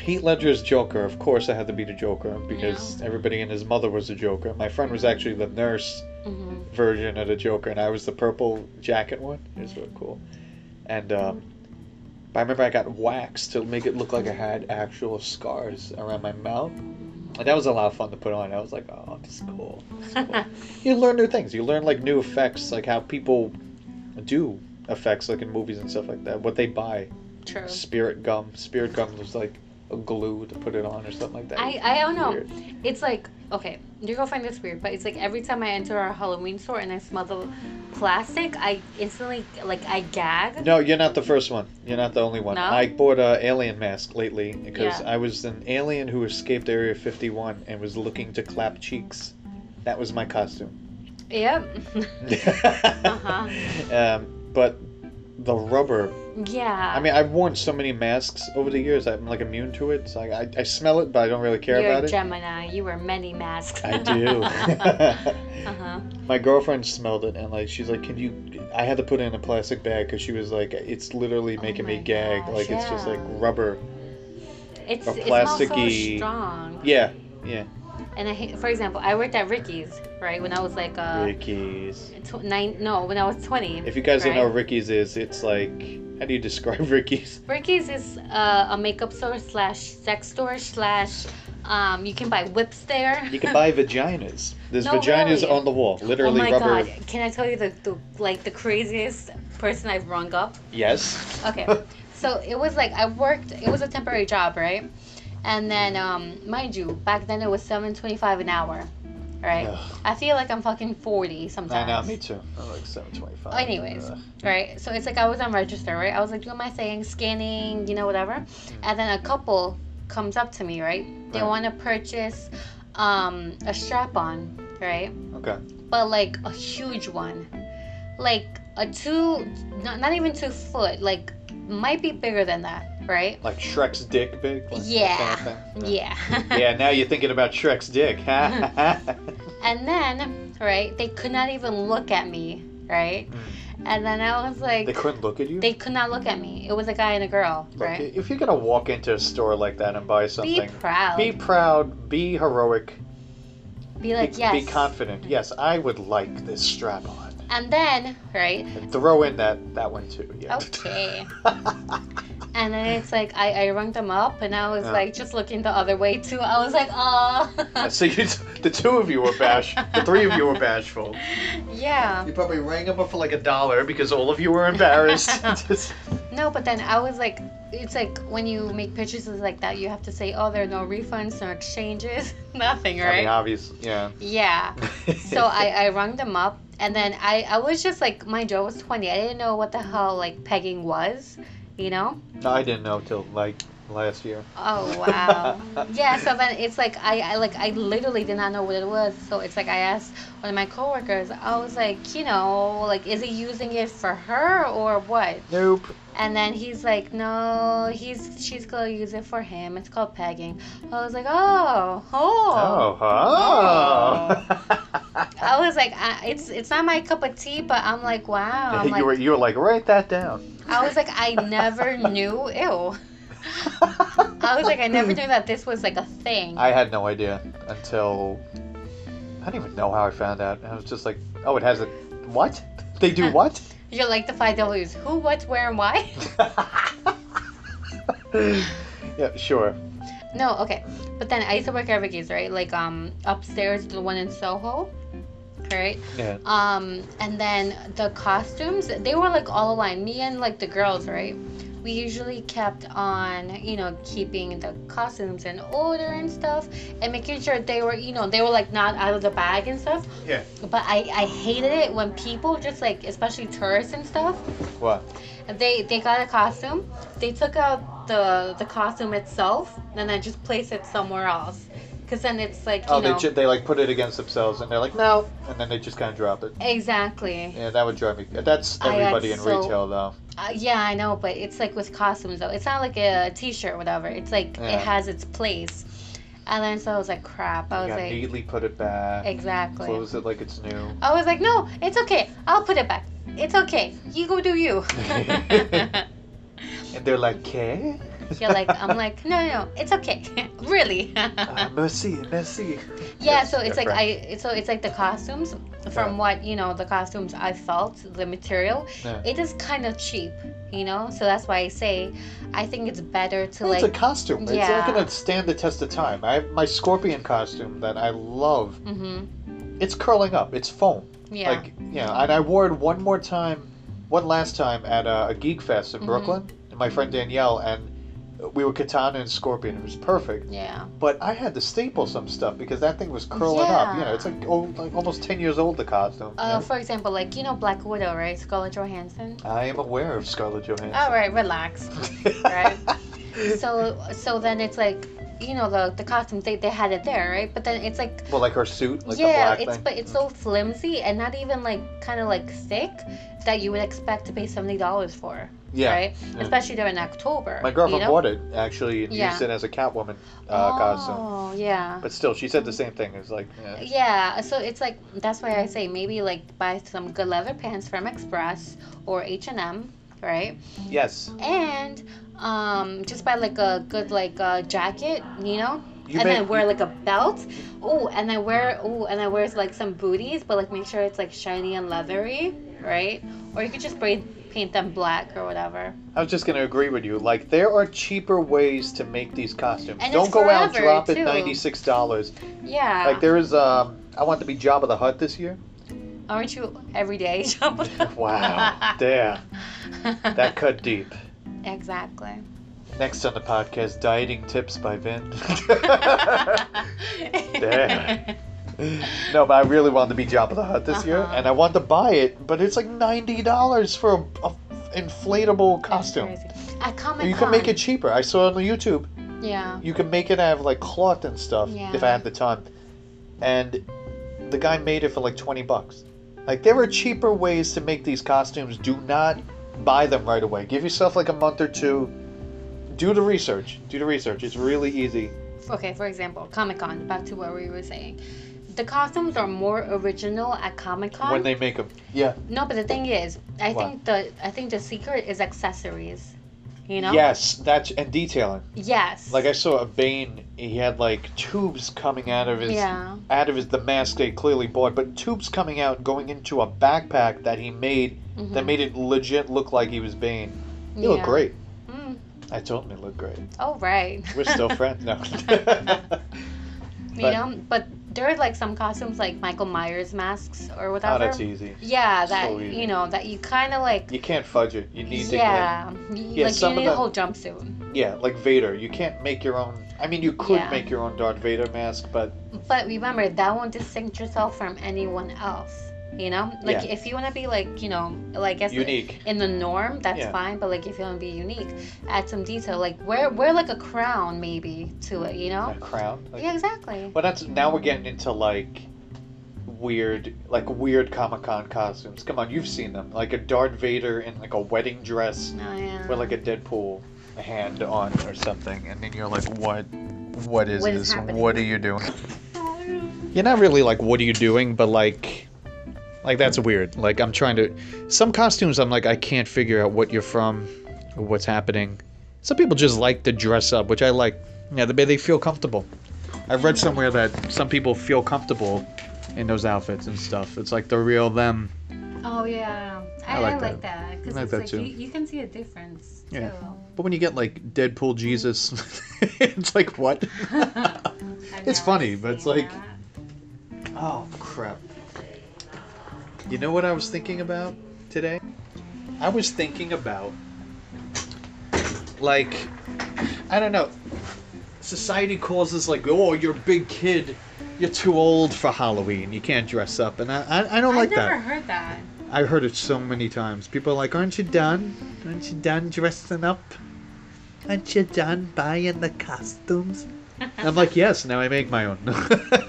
A: Heath Ledger's Joker. Of course, I had to be the Joker because everybody and his mother was the Joker. My friend was actually the nurse
B: hmm
A: version of the Joker, and I was the purple jacket one. It was really cool. And um, but I remember I got waxed to make it look like I had actual scars around my mouth. And that was a lot of fun to put on. I was like, oh, this is cool. This is cool. you learn new things. You learn like new effects, like how people do effects, like in movies and stuff like that. What they buy,
B: True.
A: spirit gum. Spirit gum was like a glue to put it on or something like that.
B: I, I don't know.
A: Weird.
B: It's like okay, you're gonna find this weird, but it's like every time I enter our Halloween store and I smell the plastic, I instantly like I gag.
A: No, you're not the first one. You're not the only one.
B: No?
A: I bought a alien mask lately because
B: Yeah.
A: I was an alien who escaped Area 51 and was looking to clap cheeks. That was my costume.
B: Yep. Uh-huh.
A: um, but the rubber.
B: yeah.
A: I mean, I've worn so many masks over the years. I'm like immune to it. So I, I, I smell it, but I don't really care
B: you're
A: about
B: a
A: it.
B: Gemini. You wear many masks.
A: I
B: uh
A: do.
B: huh.
A: my girlfriend smelled it and like she's like can you i had to put it in a plastic bag because she was like it's literally
B: Oh
A: making me
B: my
A: gag
B: gosh,
A: like it's just
B: yeah.
A: like rubber
B: It's
A: A
B: it smells so
A: plasticky-
B: strong.
A: yeah
B: And I hate, for example, I worked at Ricky's right when I was like uh
A: ricky's
B: tw- nine. No, when I was twenty.
A: if you guys don't know
B: right.
A: what ricky's is it's like how do you describe ricky's
B: Ricky's is uh, a makeup store slash sex store slash. Um, you can buy whips there.
A: you can buy vaginas there's
B: No,
A: vaginas
B: really.
A: on the wall
B: Oh
A: literally
B: my
A: rubber
B: god! Can I tell you the, the like the craziest person I've rung up?
A: yes
B: Okay. So it was like I worked. It was a temporary job, right? And then, um, mind you, back then it was seven twenty-five an hour. right?
A: Ugh.
B: I feel like I'm fucking 40
A: I
B: sometimes.
A: know, me too. I'm Oh, like 725.
B: Anyways.
A: Ugh.
B: right? So it's like I was on register, right? I was like doing my thing, scanning, you know, whatever. And then a couple comes up to me, right? They
A: Mm-hmm. Right.
B: want to purchase um, a strap on, right?
A: Okay.
B: But like a huge one, like a two, not, not even two foot, like might be bigger than that, right?
A: Like Shrek's dick big? Like that
B: Yeah.
A: kind of thing?
B: Yeah. Mm-hmm.
A: yeah, now you're thinking about Shrek's dick. Ha
B: And then, right, they could not even look at me, right?
A: Mm.
B: And then I was
A: They
B: like,
A: couldn't look at you?
B: they could not look at me. It was a guy and a girl,
A: Look,
B: right?
A: If you're going to walk into a store like that and buy
B: Be
A: something,
B: proud.
A: be
B: Be,
A: proud, be heroic,
B: like,
A: be,
B: yes.
A: be confident. Yes, I would like this strap on.
B: And then, right?
A: And throw in that, that one too. Yeah.
B: Okay. and then it's like I, I rung them up, and I was
A: Yeah.
B: like just looking the other way too. I was like, oh,
A: so you, the two of you were bash, the three of you were bashful.
B: yeah.
A: You probably rang them up for like a dollar because all of you were embarrassed. Just-
B: No, but then I was like, it's like when you make purchases like that, you have to say, oh, there are no refunds, no exchanges, nothing,
A: I mean,
B: right?
A: obvious. Yeah.
B: Yeah. so I, I rung them up and then I, I was just like my jaw was 20 i didn't know what the hell like pegging was you know
A: No, I didn't know till like last year.
B: oh wow yeah so then it's like I, I like i literally did not know what it was so it's like i asked one of my coworkers i was like you know like is he using it for her or what
A: Nope.
B: and then he's like no he's she's gonna use it for him it's called pegging i was like oh oh
A: Oh, huh?
B: i was like I, it's it's not my cup of tea but i'm like wow I'm
A: you
B: like,
A: were you were like write that down.
B: I was like, I never knew. Ew. I was like, I never knew that this was like a thing.
A: I had no idea until I don't even know how I found out. I was just like, oh, it has a what? They do what?
B: You're like the five W's. Who, what, where, and why?
A: yeah, sure.
B: no, okay. But then I used to work at Ricky's, right? Like um upstairs, the one in Soho. Right.
A: Yeah.
B: Um, and then the costumes, they were like all aligned. Me and like the girls, right? We usually kept on, you know, keeping the costumes in order and stuff and making sure they were, you know, they were like not out of the bag and stuff.
A: Yeah.
B: But I, I hated it when people just like especially tourists and stuff
A: What?
B: they they got a costume they took out the the costume itself and then just placed it somewhere else because then it's like you
A: Oh,
B: know
A: they ju- they like put it against themselves and they're like no, and then they just kind of drop it.
B: exactly
A: Yeah, that would drive me. That's
B: I had
A: everybody in
B: so-
A: retail though.
B: uh, yeah i know but it's like with costumes though it's not like a t-shirt or whatever it's like
A: Yeah.
B: it has its place and then so i was like crap i
A: You
B: was
A: gotta
B: like
A: neatly put it back.
B: exactly
A: Close it like it's new.
B: i was like no it's okay i'll put it back it's okay you go do you
A: And they're like, "Okay."
B: you're like i'm like no no, no it's okay really
A: uh, mercy, mercy.
B: Yeah,
A: That's
B: so it's like
A: different.
B: I so it's like the costumes
A: Yeah.
B: from what you know the costumes I felt the material
A: Yeah.
B: it is kind of cheap you know so that's why I say I think it's better to
A: Well,
B: like
A: it's a costume. It's
B: Yeah.
A: not gonna stand the test of time. I have my scorpion costume that I love.
B: hmm
A: It's curling up. It's foam.
B: yeah
A: Like yeah, and I wore it one more time, one last time at a, a geek fest in
B: Mhm.
A: Brooklyn. And my friend Danielle and we were katana and scorpion. It was perfect.
B: yeah
A: But I had to staple some stuff because that thing was curling up. You know,
B: Yeah.
A: it's like, oh, like almost ten years old. The costume. you
B: uh,
A: know?
B: for example like you know Black Widow right Scarlett Johansson
A: I am aware of Scarlett Johansson.
B: all right relax Oh, right so so then it's like you know the the costumes they, they had it there right but then it's like
A: Well, like her suit, like
B: yeah,
A: the black
B: it's
A: thing.
B: but it's so flimsy and not even like kind of like thick that you would expect to pay seventy dollars for,
A: yeah.
B: right?
A: yeah.
B: Especially during October.
A: My girlfriend
B: you know?
A: bought it actually and
B: Yeah.
A: used it as a Catwoman uh, costume.
B: Oh yeah,
A: But still, she said the same thing. It was like, eh.
B: yeah. So it's like that's why I say maybe like buy some good leather pants from Express or H and M, right?
A: yes,
B: And um, just buy like a good like uh, jacket, you know,
A: you
B: and
A: may-
B: then wear like a belt. Oh, and I wear oh, and I wear like some booties, but like make sure it's like shiny and leathery, right? Or you could just spray paint them black or whatever.
A: I was just gonna agree with you. Like, there are cheaper ways to make these costumes.
B: And
A: Don't
B: it's
A: go out
B: forever,
A: drop it
B: too.
A: ninety six dollars.
B: Yeah.
A: Like there is, um, I want to be Job of the Hut this year.
B: Aren't you every day? Jabba?
A: Wow, there, that cut deep.
B: exactly.
A: Next on the podcast, dieting tips by Vin. Damn. No, but I really wanted to be Jabba the Hutt this year,
B: Uh-huh.
A: and I wanted to buy it, but it's like ninety dollars for a, a f- inflatable
B: That's
A: costume.
B: crazy. At Comic Con.
A: You can make it cheaper. I saw it on YouTube.
B: Yeah.
A: You can make it out of like cloth and stuff if I
B: Yeah.
A: had the time. And the guy made it for like twenty bucks. Like there are cheaper ways to make these costumes. Do not buy them right away. Give yourself like a month or two. Do the research. Do the research. It's really easy.
B: Okay, for example, Comic Con. Back to what we were saying. The costumes are more original at Comic Con.
A: when they make them. Yeah.
B: No, but the thing is, I
A: What?
B: think the I think the secret is accessories. You know.
A: Yes, that's and detailing.
B: Yes.
A: Like I saw a Bane, he had like tubes coming out of his
B: Yeah.
A: out of his the mask they clearly bought, but tubes coming out going into a backpack that he made that
B: mhm,
A: made it legit look like he was Bane. He looked
B: yeah.
A: great.
B: Mm.
A: I told him he looked great.
B: Oh right.
A: We're still friends. No.
B: you
A: but-
B: know, but there are like some costumes like Michael Myers masks or whatever.
A: oh, that's easy.
B: yeah, that
A: so easy.
B: you know that you kind of like.
A: You can't fudge it. You need
B: yeah, you-
A: Yeah,
B: like
A: some
B: you
A: of
B: need
A: them-
B: a whole jumpsuit.
A: to get Yeah, like Vader. You can't make your own I mean you could
B: Yeah.
A: make your own Darth Vader mask, but
B: But remember, that won't distinct yourself from anyone else. You know, like if you want to be like you know, like I guess
A: unique.
B: in the norm, that's
A: Yeah.
B: fine. But like if you want to be unique, add some detail. Like wear wear like a crown maybe to it. You know.
A: A crown. Like,
B: yeah, exactly.
A: But that's now we're getting into like weird, like weird Comic Con costumes. Come on, you've seen them, like a Darth Vader in like a wedding dress
B: Oh, yeah.
A: with like a Deadpool hand on or something, and then you're like, what? What is
B: What is
A: this?
B: happening?
A: what are you doing? You're not really like, what are you doing? But like. Like that's weird. Like I'm trying to some costumes I'm like I can't figure out what you're from or what's happening. Some people just like to dress up, which I like. Yeah, the way they feel comfortable. I've read somewhere that some people feel comfortable in those outfits and stuff. It's like the real them.
B: oh yeah, I,
A: I
B: I
A: like
B: like that because
A: I like
B: it's
A: that
B: like
A: too.
B: You, you can see a difference
A: Yeah.
B: too.
A: But when you get like Deadpool Jesus, it's like what?
B: I've
A: It's
B: never
A: funny, but it's
B: seen
A: like-
B: that.
A: Oh crap. You know what I was thinking about today? I was thinking about like I don't know. Society calls us like, oh, you're a big kid. You're too old for Halloween. You can't dress up, and I I, I don't like
B: I've
A: that.
B: never heard that.
A: I heard it so many times. People are like, aren't you done? Aren't you done dressing up? Aren't you done buying the costumes? I'm like, yes, now I make my own.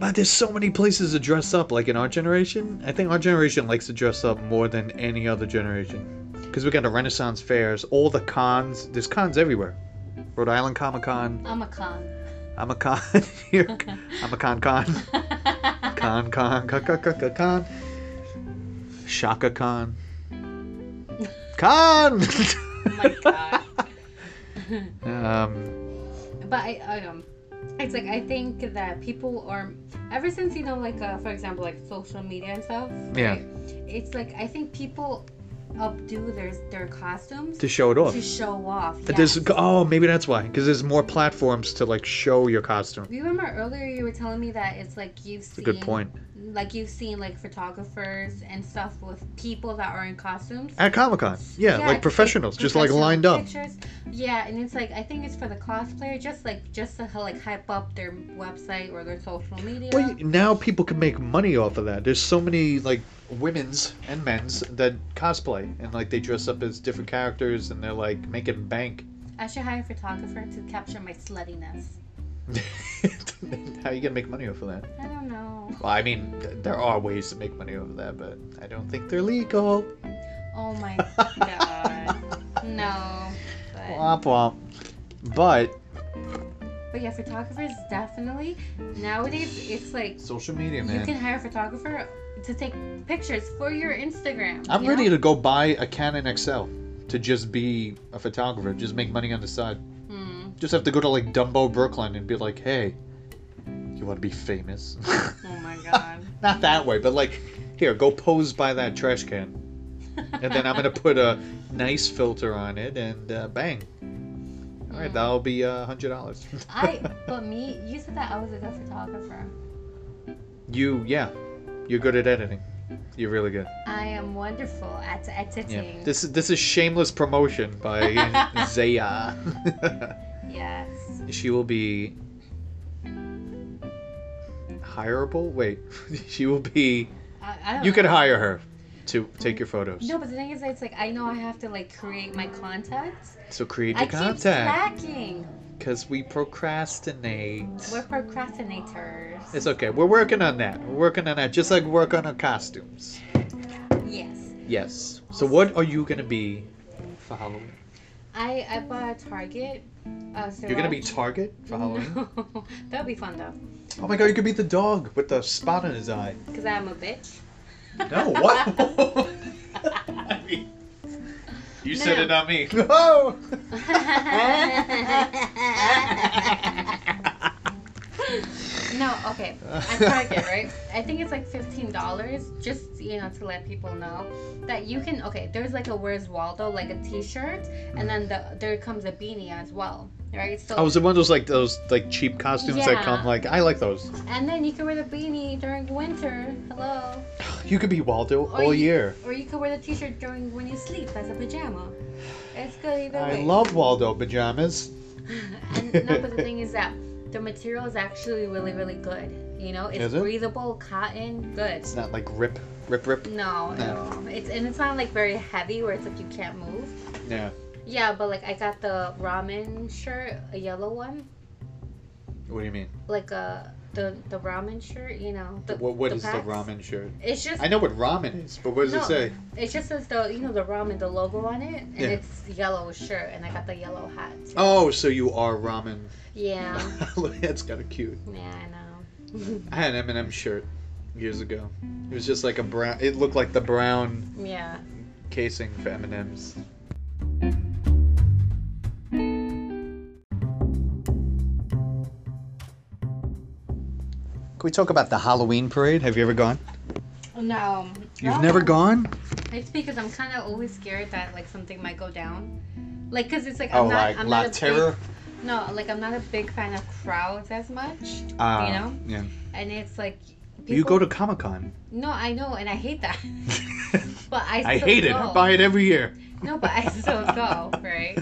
A: but there's so many places to dress up, like in our generation. I think our generation likes to dress up more than any other generation. Because we got the Renaissance fairs, all the cons. There's cons everywhere. Rhode Island Comic Con.
B: I'm a con.
A: I'm a con. I'm a con con. Con, con, con, con, con, con, con. Shaka Khan. Khan!
B: oh my god.
A: um,
B: But I, I um, it's like I think that people are ever since you know like uh, for example like social media and stuff.
A: Yeah.
B: right, It's like I think people updo their their costumes
A: to show it off.
B: to show off.
A: But There's,
B: yes.
A: oh, maybe that's why. Because there's more platforms to, like, show your costume.
B: Remember earlier you were telling me that it's like you've
A: It's a
B: seen
A: good point.
B: like you've seen like photographers and stuff with people that are in costumes.
A: At Comic Con. Yeah,
B: Yeah,
A: like
B: it's
A: professionals, just, like,
B: professional
A: lined up.
B: pictures. Yeah, and it's like I think it's for the cosplayer, just like just to like hype up their website or their social media.
A: Well, you- now people can make money off of that. There's so many, like, women's and men's that cosplay. And, like, they dress up as different characters and they're, like, making bank.
B: I should hire a photographer to capture my sluttiness.
A: How you gonna make money off of that?
B: I don't know.
A: Well, I mean, th- there are ways to make money over that, but I don't think they're legal.
B: Oh my god. No. But,
A: Womp womp. But
B: but yeah, photographers definitely nowadays it's like
A: social media,
B: you
A: man.
B: can hire a photographer to take pictures for your Instagram.
A: I'm
B: you
A: ready
B: know?
A: to go buy a Canon XL to just be a photographer, just make money on the side.
B: Hmm.
A: Just have to go to like Dumbo, Brooklyn, and be like, hey, you want to be famous?
B: Oh my god.
A: Not that way, but like, here, go pose by that trash can, and then I'm gonna put a nice filter on it, and uh, bang. All right,
B: Mm.
A: that'll be uh, hundred dollars.
B: I but me, you said that I was a good photographer.
A: You, yeah, you're good at editing. You're really good.
B: I am wonderful at editing.
A: This is this is shameless promotion by Zaya.
B: yes.
A: she will be hireable? Wait, she will be.
B: I, I don't
A: You
B: know.
A: could hire her to take your photos.
B: No, but the thing is, it's like I know I have to like create my contacts.
A: So create
B: I
A: your
B: keep
A: contact
B: slacking.
A: because we procrastinate.
B: We're procrastinators.
A: It's okay. We're working on that. We're working on that, just like work on our costumes.
B: yes.
A: Yes. So what are you gonna be for Halloween?
B: I I bought a Target. Uh,
A: You're gonna be Target for Halloween.
B: No. That'll be fun though,
A: Oh my god, you could be the dog with the spot on his eye.
B: cause I'm a bitch.
A: No, what? I mean, you said
B: No.
A: it, not me. No.
B: no, okay. I Target, right? I think it's like fifteen dollars, just you know, to let people know that you can. Okay, there's like a Where's Waldo, like a T-shirt, and then the, there comes a beanie as well, right? So
A: I was in one of those like those like cheap costumes that come
B: Yeah.
A: like I like those.
B: and then you can wear the beanie during winter. Hello,
A: You could be Waldo
B: Or
A: all
B: you-
A: year.
B: or you can wear the T-shirt during when you sleep as a pajama. It's good either
A: I
B: way.
A: love Waldo pajamas.
B: and no, but the thing is that the material is actually really, really good. You know, it's
A: Is it?
B: breathable, cotton, good.
A: It's not like rip, rip, rip.
B: No,
A: No.
B: no, it's and it's not like very heavy where it's like you can't move.
A: Yeah.
B: Yeah, but like I got the ramen shirt, a yellow one,
A: What do you mean?
B: like uh the the ramen shirt. You know, the,
A: what what is the
B: packs.
A: ramen shirt?
B: It's just
A: I know what ramen is, but what does
B: No.
A: it say?
B: it just says the you know the ramen the logo on it and
A: Yeah.
B: it's yellow shirt and I got the yellow hat.
A: Oh, so you are ramen.
B: Yeah,
A: Look, That's kind of cute.
B: yeah, I know.
A: I had an M&M shirt years ago. It was just like a brown. It looked like the brown
B: yeah.
A: casing for M&Ms. Can we talk about the Halloween parade? Have you ever gone?
B: No.
A: You've
B: Oh.
A: never gone?
B: It's because I'm kind of always scared that like something might go down, like because it's like
A: oh,
B: I'm not
A: like
B: I'm
A: La
B: not a
A: Terror?
B: Big, no, like I'm not a big fan of crowds as much,
A: Ah,
B: you know?
A: Yeah.
B: and it's like.
A: You go
B: people-
A: to Comic Con.
B: No, I know, and I hate that. but I. Still
A: I hate it.
B: Go.
A: I buy it every year.
B: No, but I still go, right?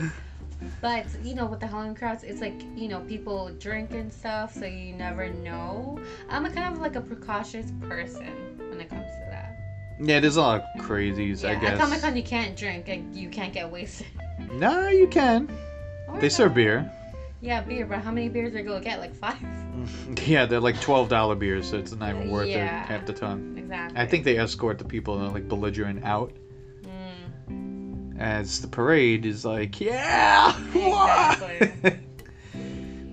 B: But you know, with the Halloween crowds, it's like you know people drink and stuff, so you never know. I'm a kind of like a precautious person when it comes to that.
A: Yeah, there's a lot of crazies, I
B: Yeah,
A: guess.
B: At Comic Con, you can't drink, like you can't get wasted.
A: No, you can.
B: Oh my
A: They serve
B: God.
A: beer.
B: Yeah, beer, but how many beers are you gonna get? Like five?
A: Yeah, they're like twelve dollar beers, so it's not even worth
B: Yeah.
A: it half the time.
B: Exactly.
A: I think they escort the people that are like belligerent out
B: Mm.
A: as the parade is like, yeah,
B: Exactly.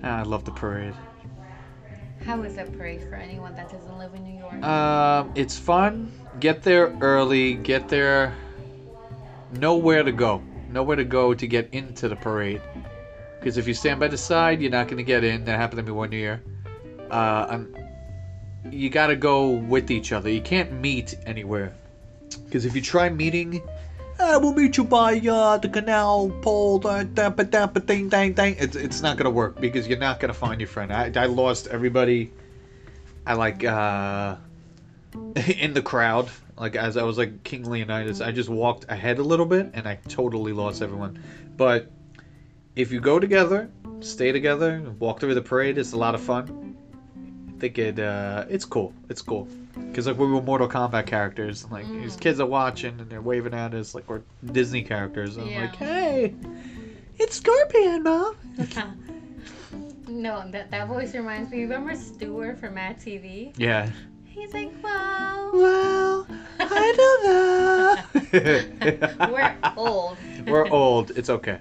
A: Ah, I love the parade.
B: How is that parade for anyone that doesn't live in New York?
A: Um, it's fun. Get there early. Get there. Nowhere to go. Nowhere to go to get into the parade. Because if you stand by the side, you're not going to get in. That happened to me one year. Uh, um, you got to go with each other. You can't meet anywhere. Because if you try meeting, I will meet you by uh, the canal pole. da- da- ba- da- ba- Ding, ding, ding. It's, it's not going to work because you're not going to find your friend. I, I lost everybody. I like. Uh, in the crowd, like as I was like King Leonidas, I just walked ahead a little bit and I totally lost everyone. But if you go together, stay together, walk through the parade, it's a lot of fun. I think it uh, it's cool. It's cool because like we were Mortal Kombat characters, and like these
B: Mm.
A: kids are watching and they're waving at us like we're Disney characters. And
B: Yeah.
A: I'm like, hey, it's Scorpion, mom.
B: no, that, that voice reminds me. Remember Stuart from Mad TV?
A: Yeah.
B: He's like, wow.
A: Well, I don't know.
B: We're old.
A: We're old. It's okay.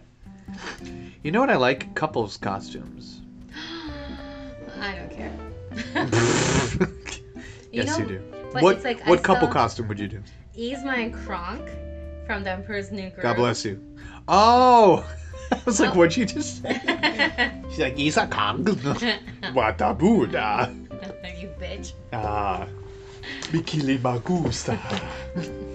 A: You know what I like? Couples costumes.
B: I don't care.
A: yes,
B: you, know,
A: you do.
B: but
A: What
B: it's like
A: what
B: I
A: couple
B: saw
A: costume would you do?
B: Yzma and Kronk from The Emperor's New Groove.
A: God bless you. Oh, I was like,
B: Oh.
A: what'd you just say? She's like, Isa Kang. Wata Buddha.
B: you bitch.
A: Ah, Mikili Magusta.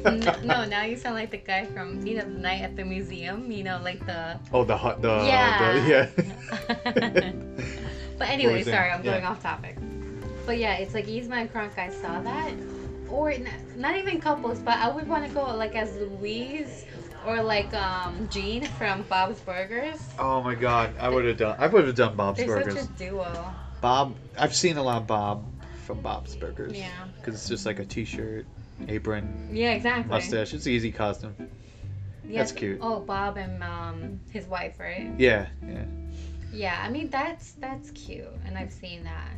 B: No, no, now you sound like the guy from you know the night at the museum. You know, like the.
A: Oh, the hot, the,
B: Yeah.
A: the yeah.
B: But anyway,
A: was that?
B: sorry, I'm
A: Yeah.
B: going off topic. But yeah, it's like Yzma and Kronk, I saw that. Or n- not even couples, but I would want to go like as Louise or like um Jean from Bob's Burgers.
A: oh my God, I would have done. I would have done Bob's
B: They're
A: Burgers.
B: such a duo.
A: Bob, I've seen a lot of Bob from Bob's Burgers.
B: Yeah.
A: Because it's just like a t-shirt, apron,
B: Yeah, exactly.
A: mustache. It's an easy costume.
B: Yes.
A: That's cute.
B: Oh, Bob and um, his wife, right?
A: Yeah, yeah.
B: Yeah, I mean that's that's cute, and I've seen that.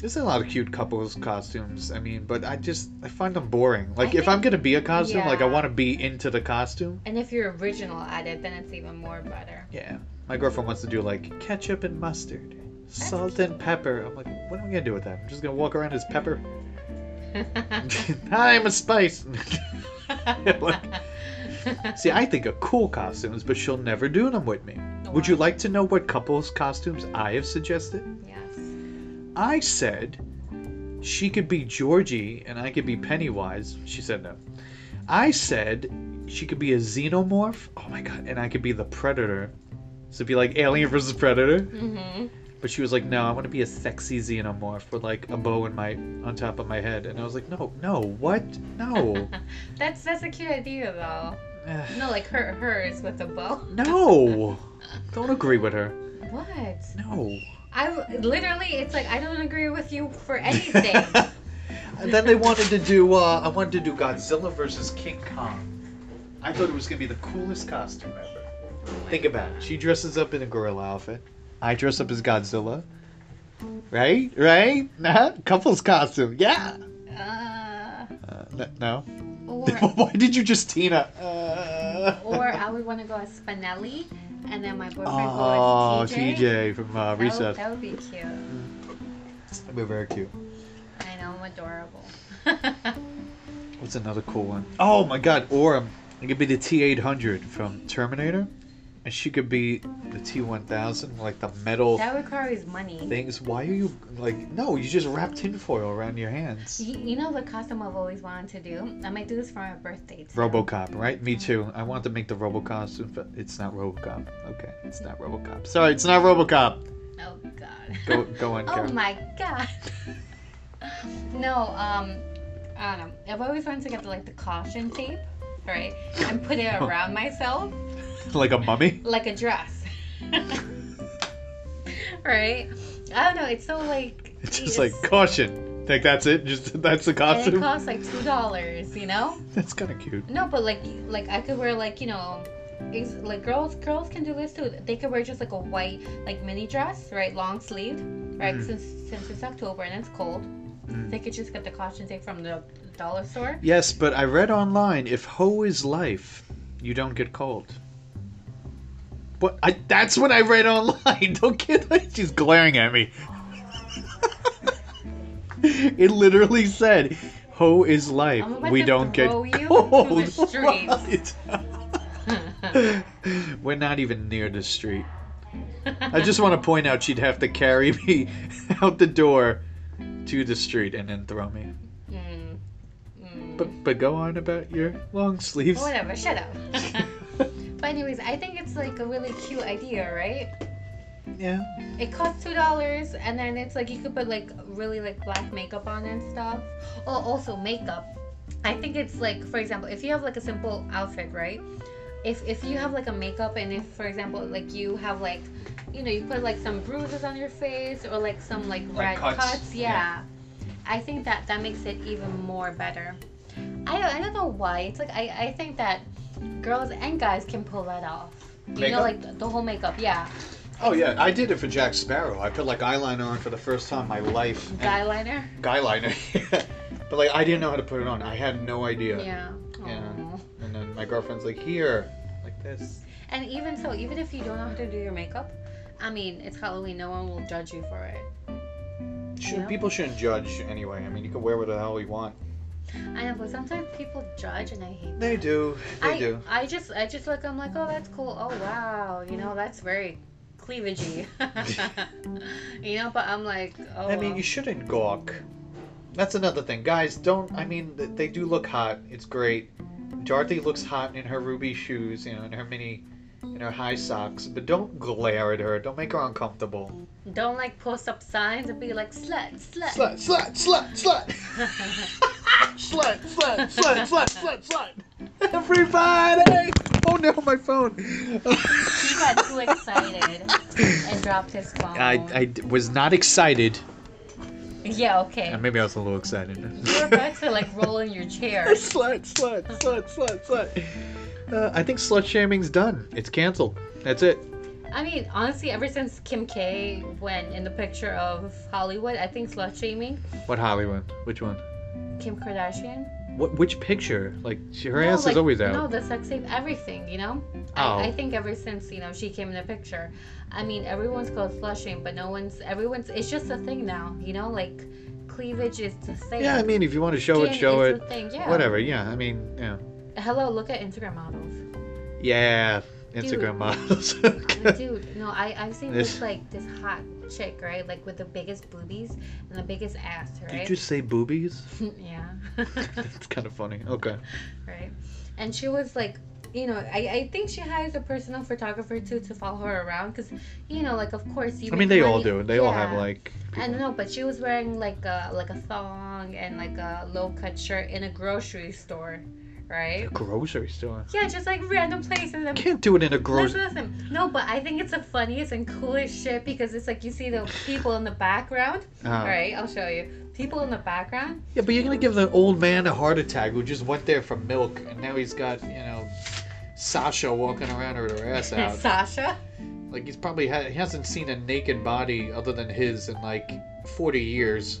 A: There's a lot of cute couples costumes. I mean, but I just I find them boring. Like if
B: think-
A: I'm gonna be a costume, like I
B: yeah.
A: want to be into the costume.
B: And if you're original at it, then it's even more better.
A: Yeah. My girlfriend wants to do like ketchup and mustard, salt and pepper. I'm like, what am I gonna do with that? I'm just gonna walk around as pepper. I'm a spice. See, I think of cool costumes, but she'll never do them with me. Would you like to know what couples costumes I have suggested?
B: Yes.
A: I said she could be Georgie and I could be Pennywise. She said no. I said she could be a xenomorph. Oh my god, and I could be the Predator. So it'd be like Alien versus Predator.
B: Mm-hmm.
A: But she was like, no, I want to be a sexy xenomorph with like a bow in my on top of my head. And I was like, no, no, what? No.
B: That's that's a cute idea though.
A: Eh,
B: No, like her hers with the bow.
A: no. Don't agree with her.
B: What?
A: No.
B: I w- literally, it's like I don't agree with you for anything.
A: And then they wanted to do. Uh, I wanted to do Godzilla versus King Kong. I thought it was gonna be the coolest costume ever. Think about it. She dresses up in a gorilla outfit. I dress up as Godzilla. Right? Right? Nah? Couples costume. Yeah.
B: uh,
A: Uh, n- no.
B: or
A: Why did you just Tina? Uh...
B: or I would want to go as Spinelli, and then my boyfriend
A: Oh,
B: go as TJ.
A: TJ from uh,
B: That would-
A: Recess.
B: That would be cute.
A: That'd be very cute.
B: I know I'm adorable.
A: What's another cool one? Oh my god, or um, it could be the T eight hundred from Terminator, and she could be the T one thousand, like the metal
B: that requires money.
A: things. Why are you like? No, you just wrap tinfoil around your hands.
B: You, you know the costume I've always wanted to do. I might do this for my birthday. Too.
A: RoboCop, right? Me too. I want to make the RoboCop suit, but it's not RoboCop. Okay, it's not RoboCop. Sorry, it's not RoboCop.
B: Oh God.
A: Go, go on,
B: Oh
A: Karen.
B: my god. no, um, I don't know. I've always wanted to get like the caution tape, right, and put it around myself
A: like a mummy.
B: like a dress, right? I don't know. It's so like
A: It's just like caution. Like that's it. Just that's the
B: and it
A: costume.
B: costs like two dollars, you know?
A: That's kind of cute.
B: No, but like like I could wear like you know. It's like girls girls can do this too they could wear just like a white like mini dress right long sleeve right
A: Mhm.
B: since since it's october and it's cold
A: Mm.
B: They could just get the caution tape from the dollar store.
A: Yes, but I read online if hoe is life, you don't get cold. But I, that's what I read online. Don't get like she's glaring at me. it literally said, "Hoe is life.
B: I'm about
A: We
B: to
A: don't get
B: throw you through
A: cold."
B: the streets. Hmm.
A: Right. We're not even near the street. I just want to point out she'd have to carry me out the door to the street and then throw me.
B: Mm, mm.
A: But but go on about your long sleeves.
B: Whatever, shut up. but anyways, I think it's like a really cute idea, right?
A: yeah.
B: It costs two dollars, and then it's like you could put like really like black makeup on and stuff. Oh, also makeup. I think it's like, for example, if you have like a simple outfit, right? If if you have like a makeup, and if for example, like you have like, you know, you put like some bruises on your face or like some like
A: Like
B: red cuts,
A: cuts,
B: yeah.
A: yeah.
B: I think that that makes it even more better. I I don't know why. It's like I I think that girls and guys can pull that off. You know,
A: Makeup?
B: like the- the whole makeup, yeah.
A: Oh yeah, I did it for Jack Sparrow. I put like eyeliner on for the first time in my life. And-
B: Eyeliner.
A: Guyliner. but like I didn't know how to put it on. I had no idea.
B: Yeah.
A: Yeah.
B: Aw.
A: And then my girlfriend's like, "Here." Like this.
B: And even so, even if you don't know how to do your makeup, I mean, it's Halloween. No one will judge you for it.
A: Should,
B: Yeah.
A: People shouldn't judge anyway. I mean, you can wear whatever the hell you want.
B: I know, but sometimes people judge, and I hate.
A: They do. They
B: I
A: do.
B: I just I just look. I'm like, oh, that's cool. Oh wow, you know, that's very cleavagey. you know, but I'm like, oh.
A: I mean,
B: well.
A: you shouldn't gawk. That's another thing, guys. Don't. I mean, th- they do look hot. It's great. Dorothy looks hot in her ruby shoes, you know, and her mini, and her high socks. But don't glare at her. Don't make her uncomfortable.
B: "Oh." don't like post up signs and be like slut, slut.
A: Slut, slut, slut, slut. slut, slut, slut, slut, slut, slut. Everybody! Oh no, my phone.
B: He got too excited and dropped his phone.
A: I, I was not excited.
B: Yeah, okay.
A: And Uh, maybe I was a little excited.
B: You were about to like roll in your chair.
A: slut, slut, slut, slut, slut. Uh, I think slut shaming's done. It's canceled. That's it.
B: I mean, honestly, ever since Kim K went in the picture of Hollywood, I think slut shaming
A: What Hollywood? Which one?
B: Kim Kardashian.
A: What? Which picture? Like she, her
B: No,
A: ass
B: like-
A: is always out.
B: No, the sex tape, everything, you know?
A: Oh.
B: I, I think ever since, you know, she came in the picture, I mean, everyone's called flushing, but no one's, everyone's, it's just a thing now, you know? Like, cleavage is the thing.
A: Yeah, I mean, if you want to show it,
B: Skin
A: show
B: is
A: it.
B: the thing, yeah.
A: Whatever. Yeah, I mean, yeah,
B: Hello, look at Instagram models.
A: yeah. Instagram
B: Dude.
A: models.
B: Dude, no, I, I've seen
A: This-
B: this, like, this hot chick, right? Like, with the biggest boobies and the biggest ass, right?
A: Did you say boobies?
B: yeah.
A: That's kind of funny. Okay.
B: right? And she was like, you know, I, I think she hires a personal photographer too to follow her around because, you know, like of course you.
A: I mean, they
B: make
A: all
B: money-
A: do. They all have
B: Yeah.
A: like.
B: I don't know, but she was wearing like a like a thong and like a low cut shirt in a grocery store, right?
A: grocery store.
B: Yeah, just like random places. And
A: Can't do it in a grocery.
B: Listen, listen. No, but I think it's the funniest and coolest shit because it's like you see the people in the background.
A: Oh.
B: All right, I'll show you. People in the background.
A: Yeah, but you're gonna give the old man a heart attack who just went there for milk, and now he's got you know Sasha walking around with her ass out.
B: Sasha.
A: like he's probably ha- he hasn't seen a naked body other than his in like 40 years.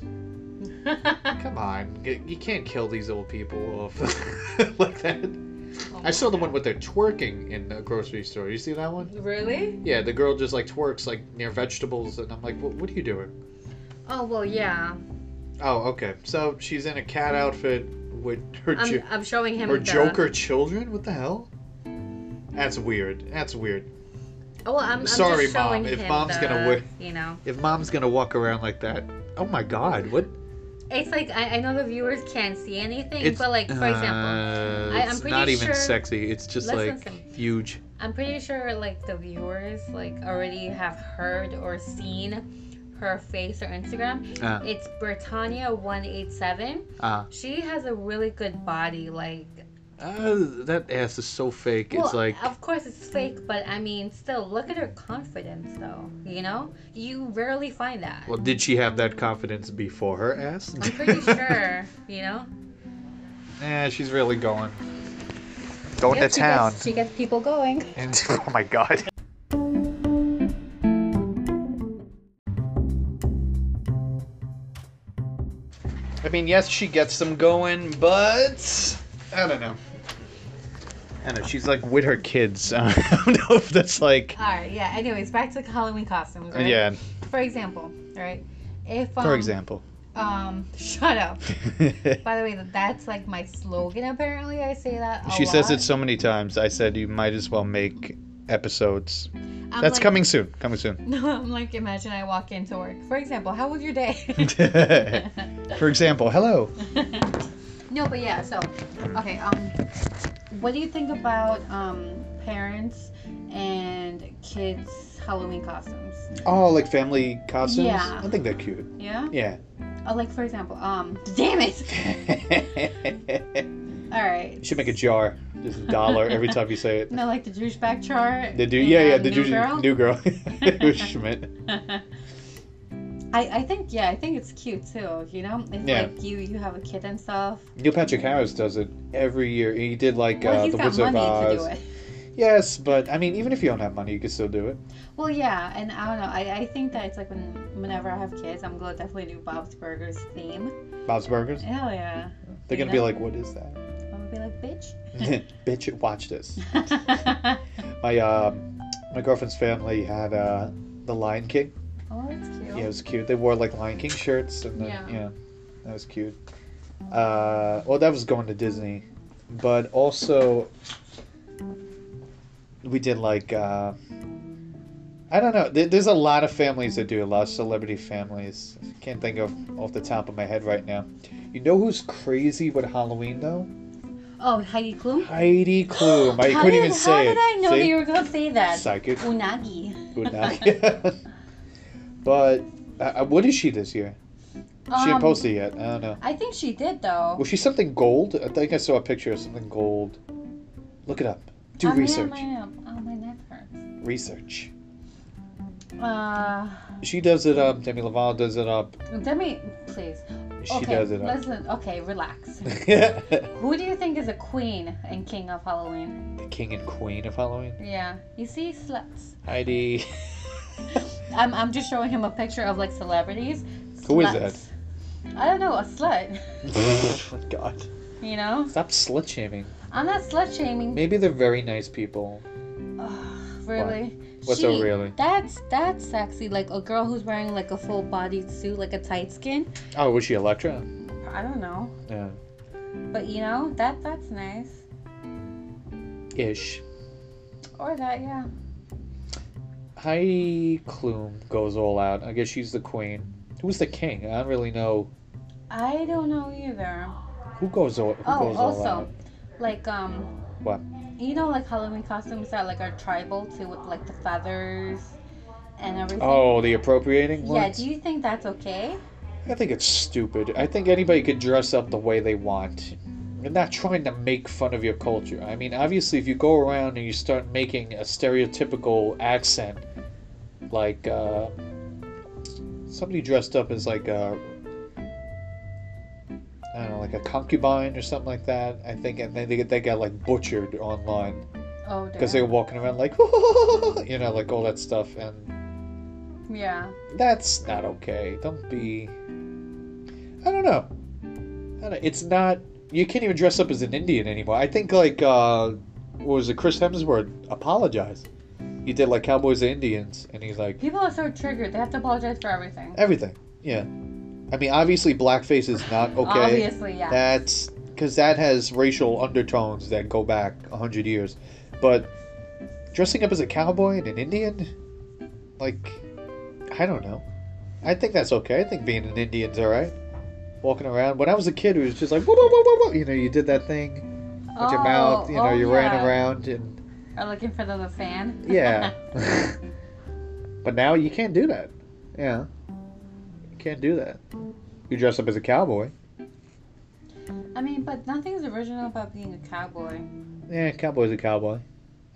A: Come on, y- you can't kill these old people off like that. I saw the one with the twerking in the grocery store. You see that one?
B: Really?
A: Yeah, the girl just like twerks like near vegetables, and I'm like, what, what are you doing?
B: Oh well, yeah.
A: Oh, okay. So she's in a cat outfit with her ju-
B: I'm, I'm showing him.
A: her
B: the-
A: Joker children. What the hell? That's weird. That's weird.
B: Oh, well, I'm, I'm
A: Sorry,
B: just showing
A: Mom, if
B: him
A: Mom's
B: the,
A: gonna wear-
B: You know,
A: If mom's gonna walk around like that, oh my god, what?
B: it's like I, I know the viewers can't see anything, but like for example,
A: uh,
B: I- I'm
A: it's
B: pretty
A: not even
B: sure-
A: sexy. It's just
B: Let's
A: like
B: listen.
A: huge.
B: I'm pretty sure like the viewers like already have heard or seen her face or Instagram.
A: Uh,
B: It's Britannia one eight seven.
A: uh,
B: She has a really good body. Like,
A: uh, that ass is so fake.
B: well,
A: it's like
B: of course it's fake, but I mean, still look at her confidence though. You know, you rarely find that.
A: Well, did she have that confidence before her ass?
B: I'm pretty sure. You know.
A: yeah, she's really going. Going
B: Yeah,
A: to
B: she
A: town.
B: Gets, she gets people going.
A: And oh my god. I mean, yes, she gets them going, but I don't know. I don't know. She's like with her kids. I don't know if that's like.
B: All right. Yeah. Anyways, back to Halloween costumes. Right?
A: Yeah.
B: For example, right? If um,
A: For example.
B: um, shut up.
A: she
B: By the way, th- that's like my slogan. Apparently, I say that. A
A: says
B: lot.
A: it so many times. I said you might as well make episodes.
B: I'm
A: that's
B: like,
A: coming soon. Coming soon.
B: No, I'm like, imagine I walk into work. For example, how was your day?
A: For example, hello.
B: no, but yeah. So, okay. Um, what do you think about um parents and kids Halloween costumes?
A: Oh, like family costumes.
B: Yeah.
A: I think they're cute.
B: Yeah.
A: Yeah.
B: Oh, like for example, um, damn it. All right.
A: You should make a jar. Just a dollar every time you say it.
B: No, like the douchebag chart.
A: The dude,
B: in,
A: yeah,
B: uh,
A: yeah, the
B: New
A: dude,
B: Girl.
A: new girl, Schmidt.
B: I, I think yeah, I think it's cute too. You know, it's
A: Yeah.
B: like you you have a kid and stuff.
A: Neil Patrick Harris does it every year. He did like
B: Well,
A: uh,
B: he's
A: the
B: got
A: Wizard of
B: money to do
A: Oz.
B: it.
A: Yes, but I mean, even if you don't have money, you can still do it.
B: Well, yeah, and I don't know. I, I think that it's like when whenever I have kids, I'm gonna definitely do Bob's Burgers theme.
A: Bob's Burgers.
B: Hell yeah,
A: They're gonna be like, what is that?
B: I'm gonna be like bitch.
A: Bitch, watch this. My um, my girlfriend's family had uh, the Lion King.
B: oh, that's cute.
A: Yeah, it was cute. They wore like Lion King shirts, and then, yeah.
B: Yeah.
A: that was cute. Uh, well, that was going to Disney, but also we did like uh, I don't know. There, there's a lot of families that do a lot of celebrity families. Can't think of off the top of my head right now. You know who's crazy with Halloween though?
B: Oh, Heidi Klum.
A: Heidi Klum. I
B: how
A: couldn't
B: did,
A: even say
B: how
A: it.
B: did I know
A: See?
B: that you were gonna say that?
A: Psychic.
B: Unagi.
A: Would not- but uh, what is she this year? She didn't
B: Um,
A: post it yet. I don't know.
B: I think she did though.
A: Was she something gold? I think I saw a picture of something gold. Look it up. Do
B: I'm in
A: research.
B: my- Oh, my neck hurts.
A: Research.
B: Uh,
A: She does it up. Demi Lovato does it up.
B: Demi, please.
A: She
B: okay,
A: does it up.
B: Listen, okay, relax.
A: the
B: Who do you think is a queen and king of Halloween?
A: king and queen of Halloween.
B: Yeah, you see sluts.
A: Heidi.
B: I'm, I'm just showing him a picture of like celebrities.
A: Who is
B: Sluts. I don't know, a slut.
A: oh, God.
B: You know,
A: Stop slut shaming.
B: I'm not slut shaming.
A: Maybe they're very nice people.
B: Ugh, really?
A: What's
B: She-
A: so really?
B: That's that's sexy. Like a girl who's wearing like a full body suit, like a tight skin.
A: Oh, was she Electra?
B: I don't know,
A: Yeah.
B: but you know that that's nice.
A: Ish.
B: Or that, yeah.
A: Heidi Klum goes all out. I guess she's the queen. Who's the king? I don't really know
B: I don't know either.
A: who goes all. Who
B: Oh,
A: goes all
B: also,
A: out.
B: like um.
A: What?
B: You know, like Halloween costumes that like are tribal too, with like the feathers and everything.
A: Oh, the appropriating
B: Yeah.
A: ones.
B: Do you think that's okay?
A: I think it's stupid. I think anybody could dress up the way they want. You're not trying to make fun of your culture. I mean, obviously, if you go around and you start making a stereotypical accent, like uh, somebody dressed up as like a, I don't know, like a concubine or something like that. I think, and then they get they got like butchered online
B: Oh,
A: because they
B: damn.
A: were walking around like, you know, like all that stuff, and
B: Yeah.
A: that's not okay. Don't be. I don't know. I don't, it's not. You can't even dress up as an Indian anymore. I think like uh, what was it? Chris Hemsworth apologized. He did like Cowboys and Indians, and he's like
B: People are so triggered. They have to apologize for everything.
A: everything. Yeah. I mean, obviously blackface is not okay.
B: Obviously, yeah.
A: That's because that has racial undertones that go back a hundred years. But dressing up as a cowboy and an Indian, like, I don't know. I think that's okay. I think being an Indian's all right. Walking around. When I was a kid, it was just like, whoa, whoa, whoa, whoa, whoa. You know, you did that thing with your mouth. You know,
B: oh,
A: you
B: yeah.
A: ran around and
B: Are looking for the, the fan.
A: yeah. but now you can't do that. Yeah, you can't do that. You dress up as a cowboy.
B: I mean, but nothing's original about being a cowboy.
A: Yeah, cowboy's a cowboy.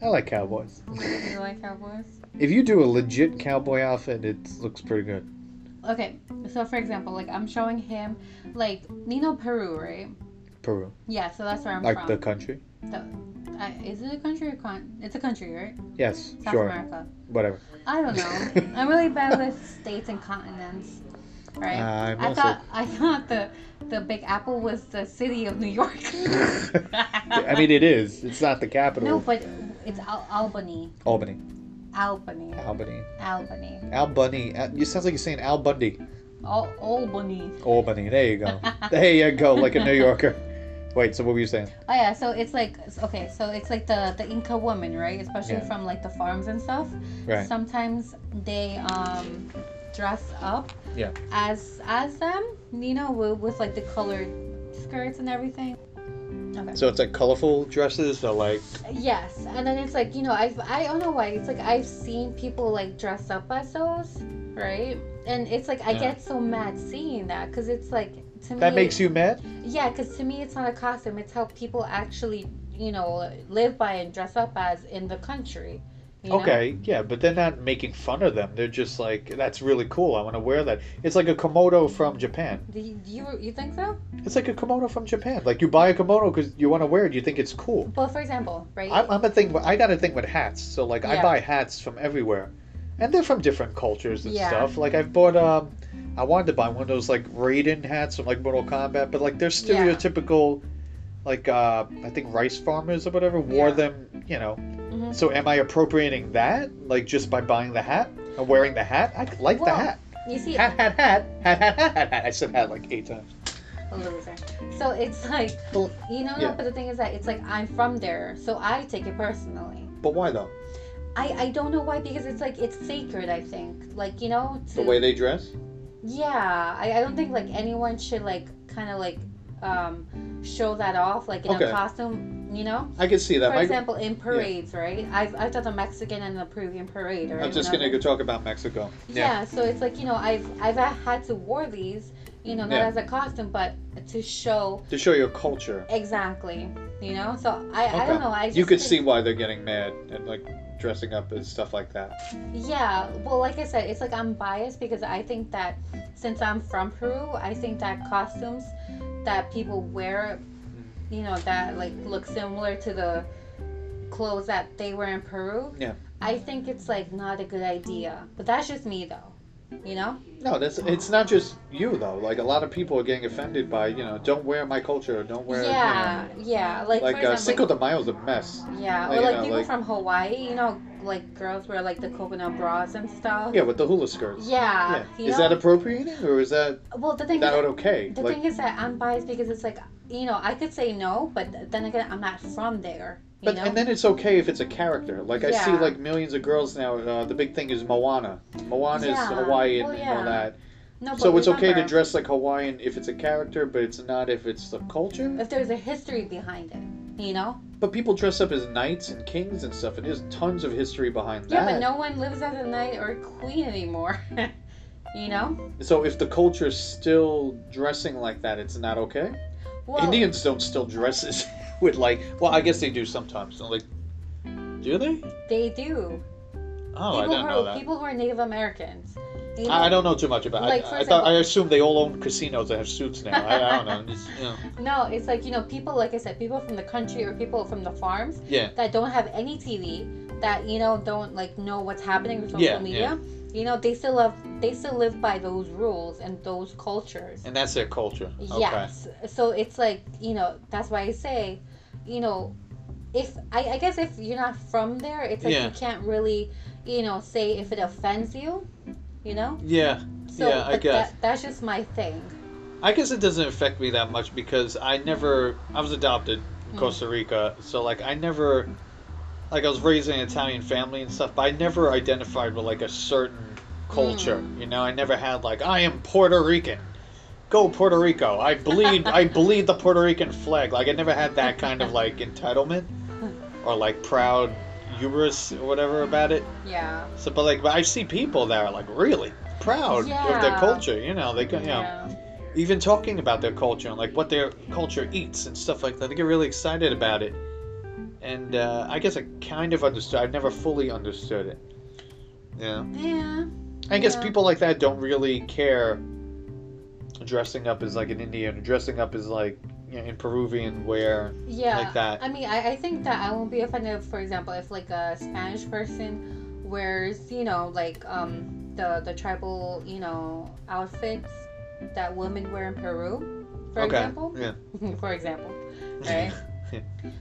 A: I like cowboys.
B: You like cowboys?
A: If you do a legit cowboy outfit, it looks pretty good.
B: Okay, so for example, like I'm showing him, like Nino Peru, right?
A: Peru,
B: Yeah, so that's where I'm
A: like
B: from.
A: the country.
B: Uh, is it a country or con? It's a country, right?
A: Yes,
B: South
A: sure,
B: America.
A: whatever.
B: I don't know. I'm really bad with states and continents. Right.
A: Uh, I'm
B: I
A: also-
B: thought I thought the the Big Apple was the city of New York.
A: I mean, it is. It's not the capital.
B: no, but it's Al- Albany,
A: Albany,
B: Albany,
A: Albany,
B: Albany,
A: Al Bunny. Al- You sounds like you're saying Al Bundy.
B: Al- Albany.
A: Albany. There you go. there you go. Like a New Yorker. Wait. So what were you saying?
B: Oh yeah, so it's like okay, so it's like the the Inca woman, right? Especially
A: Yeah.
B: from like the farms and stuff.
A: Right.
B: Sometimes they um dress up.
A: Yeah.
B: As as them, you know, with, with like the colored skirts and everything. Okay.
A: So it's like colorful dresses. So like,
B: Yes, and then it's like you know I I don't know why it's like I've seen people like dress up as those, right? And it's like I
A: Yeah.
B: get so mad seeing that because it's like to me
A: that makes you mad.
B: yeah, because to me, it's not a costume. It's how people actually, you know, live by and dress up as in the country. you know?
A: Okay, yeah, but they're not making fun of them. They're just like, that's really cool. I want to wear that. It's like a komodo from Japan.
B: Do you, do you you think so?
A: It's like a komodo from Japan. Like you buy a komodo because you want to wear it. You think it's cool.
B: Well, for example, right?
A: I'm, I'm a thing. I got a thing with hats. So like,
B: Yeah.
A: I buy hats from everywhere, and they're from different cultures and
B: Yeah.
A: stuff. Like I've bought um, I wanted to buy one of those like Raiden hats from like Mortal Kombat, but like they're
B: Yeah.
A: stereotypical. Like uh, I think rice farmers or whatever wore
B: Yeah.
A: them, you know.
B: Mhm.
A: So am I appropriating that, like just by buying the hat or wearing the hat? I like
B: Well,
A: the hat.
B: You see,
A: Hat, hat, hat, hat, hat, hat, hat, hat. I said hat like eight times.
B: a loser. So it's like,
A: Well,
B: you know,
A: yeah.
B: no, but the thing is that it's like I'm from there, so I take it personally.
A: But why though?
B: I, I don't know why because it's like it's sacred I think like you know to,
A: The way they dress?
B: yeah I, I don't think like anyone should like kind of like um show that off like in
A: Okay.
B: a costume you know
A: I can see that.
B: For
A: My-
B: example, in parades, right? I've, I've done the Mexican and the Peruvian parade, right?
A: I'm just
B: When I-
A: gonna go talk about Mexico.
B: Yeah. so it's like you know, I've I've had to wear these, you know, not
A: Yeah.
B: as a costume, but to show
A: To show your culture.
B: exactly, you know. So I I
A: Okay.
B: don't know. I just
A: You could see
B: think-
A: why they're getting mad and like dressing up and stuff like that.
B: Yeah, well, like I said, it's like I'm biased because I think that since I'm from Peru, I think that costumes that people wear, you know, that like look similar to the clothes that they wear in Peru.
A: Yeah.
B: I think it's like not a good idea, but that's just me though, you know.
A: No, that's it's not just you though. Like a lot of people are getting offended by you know don't wear my culture, or don't wear you know,
B: yeah, yeah, like,
A: like
B: for
A: uh, Cinco
B: example,
A: de Mayo is a mess.
B: yeah,
A: like,
B: or
A: you
B: like
A: know,
B: people
A: like-
B: from Hawaii, you know, like girls wear like the coconut bras and stuff.
A: Yeah, with the hula skirts.
B: Yeah, you
A: Is
B: know?
A: that appropriating or is that
B: well the thing
A: that
B: is,
A: okay?
B: The
A: like,
B: thing is that I'm biased because it's like, you know, I could say no, but then again, I'm not from there. You
A: but
B: know?
A: and then it's okay if it's a character. Like I see
B: Yeah.
A: like millions of girls now. Uh, the big thing is Moana. Moana is
B: Yeah.
A: Hawaiian
B: Well,
A: and all
B: yeah.
A: that.
B: no,
A: So
B: but
A: it's okay to
B: remember,
A: dress like Hawaiian if it's a character, but it's not if it's the culture.
B: If there's a history behind it, you know?
A: But people dress up as knights and kings and stuff, and there's tons of history behind
B: Yeah,
A: that.
B: but no one lives as a knight or a queen anymore. you know?
A: So if the culture's still dressing like that, it's not okay.
B: Well,
A: Indians don't still dress as with like. Well, I guess they do sometimes. So like, do they?
B: they do.
A: Oh, I
B: people,
A: don't
B: who
A: know
B: are,
A: that.
B: people who are Native Americans. You know?
A: I I don't know too much about.
B: Like,
A: I,
B: for
A: I thought I
B: example-
A: assume they all own casinos that have suits now. I, I don't know. It's, you know.
B: No, it's like, you know, people, like I said, people from the country or people from the farms
A: Yeah.
B: that don't have any TV, that you know don't like know what's happening with social
A: Yeah,
B: media. You know they still love they still live by those rules and those cultures.
A: and that's their culture.
B: Yes, so it's like you know that's why I say, you know, if I, I guess if you're not from there, it's like
A: Yeah.
B: you can't really you know say if it offends you, you know.
A: Okay. Yeah.
B: So,
A: Yeah, I
B: but
A: guess.
B: that, that's just my thing.
A: I guess it doesn't affect me that much because I never I was adopted in
B: Mm.
A: Costa Rica, so like I never like I was raised in an Italian family and stuff, but I never identified with like a certain culture.
B: Mm.
A: You know, I never had like I am Puerto Rican. Go Puerto Rico. I bleed I bleed the Puerto Rican flag. Like I never had that kind of like entitlement or like proud hubris or whatever about it.
B: Mm, Yeah.
A: So but like but I see people that are like really proud of their
B: Yeah.
A: culture, you know, they can you know even talking about their culture and like what their culture eats and stuff like that. They get really excited about it. And uh, I guess I kind of understood. I never fully understood it. Yeah.
B: Yeah.
A: I guess
B: Yeah.
A: people like that don't really care dressing up as like an Indian, or dressing up as like you know, in Peruvian wear.
B: Yeah.
A: like that.
B: I mean, I, I think that I won't be offended, if, for example, if like a Spanish person wears, you know, like um the the tribal, you know, outfits that women wear in Peru, for
A: okay.
B: example.
A: Yeah.
B: for example, right?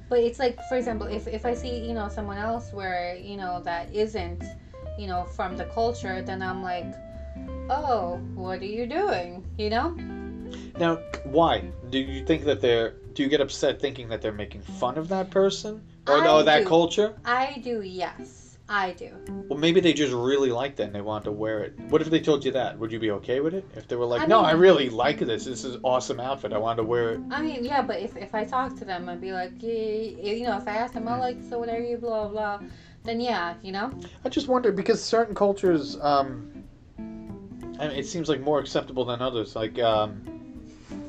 B: but it's like, for example, if if I see, you know, someone else where, you know, that isn't, you know, from the culture, then I'm like, oh, what are you doing? You know?
A: Now, why do you think that they're? Do you get upset thinking that they're making fun of that person or
B: I
A: Oh, no that
B: do.
A: culture?
B: I do. Yes, I do.
A: Well, maybe they just really liked it and they wanted to wear it. What if they told you that? Would you be okay with it? If they were like,
B: I
A: no,
B: mean-
A: I really like this. This is awesome outfit. I wanted to wear it.
B: I mean, yeah, but if, if I talk to them and be like, yeah, you know, if I ask them, I like, so what are you, blah, blah, then yeah, you know?
A: I just wonder because certain cultures, um, I mean, it seems like more acceptable than others. Like, um,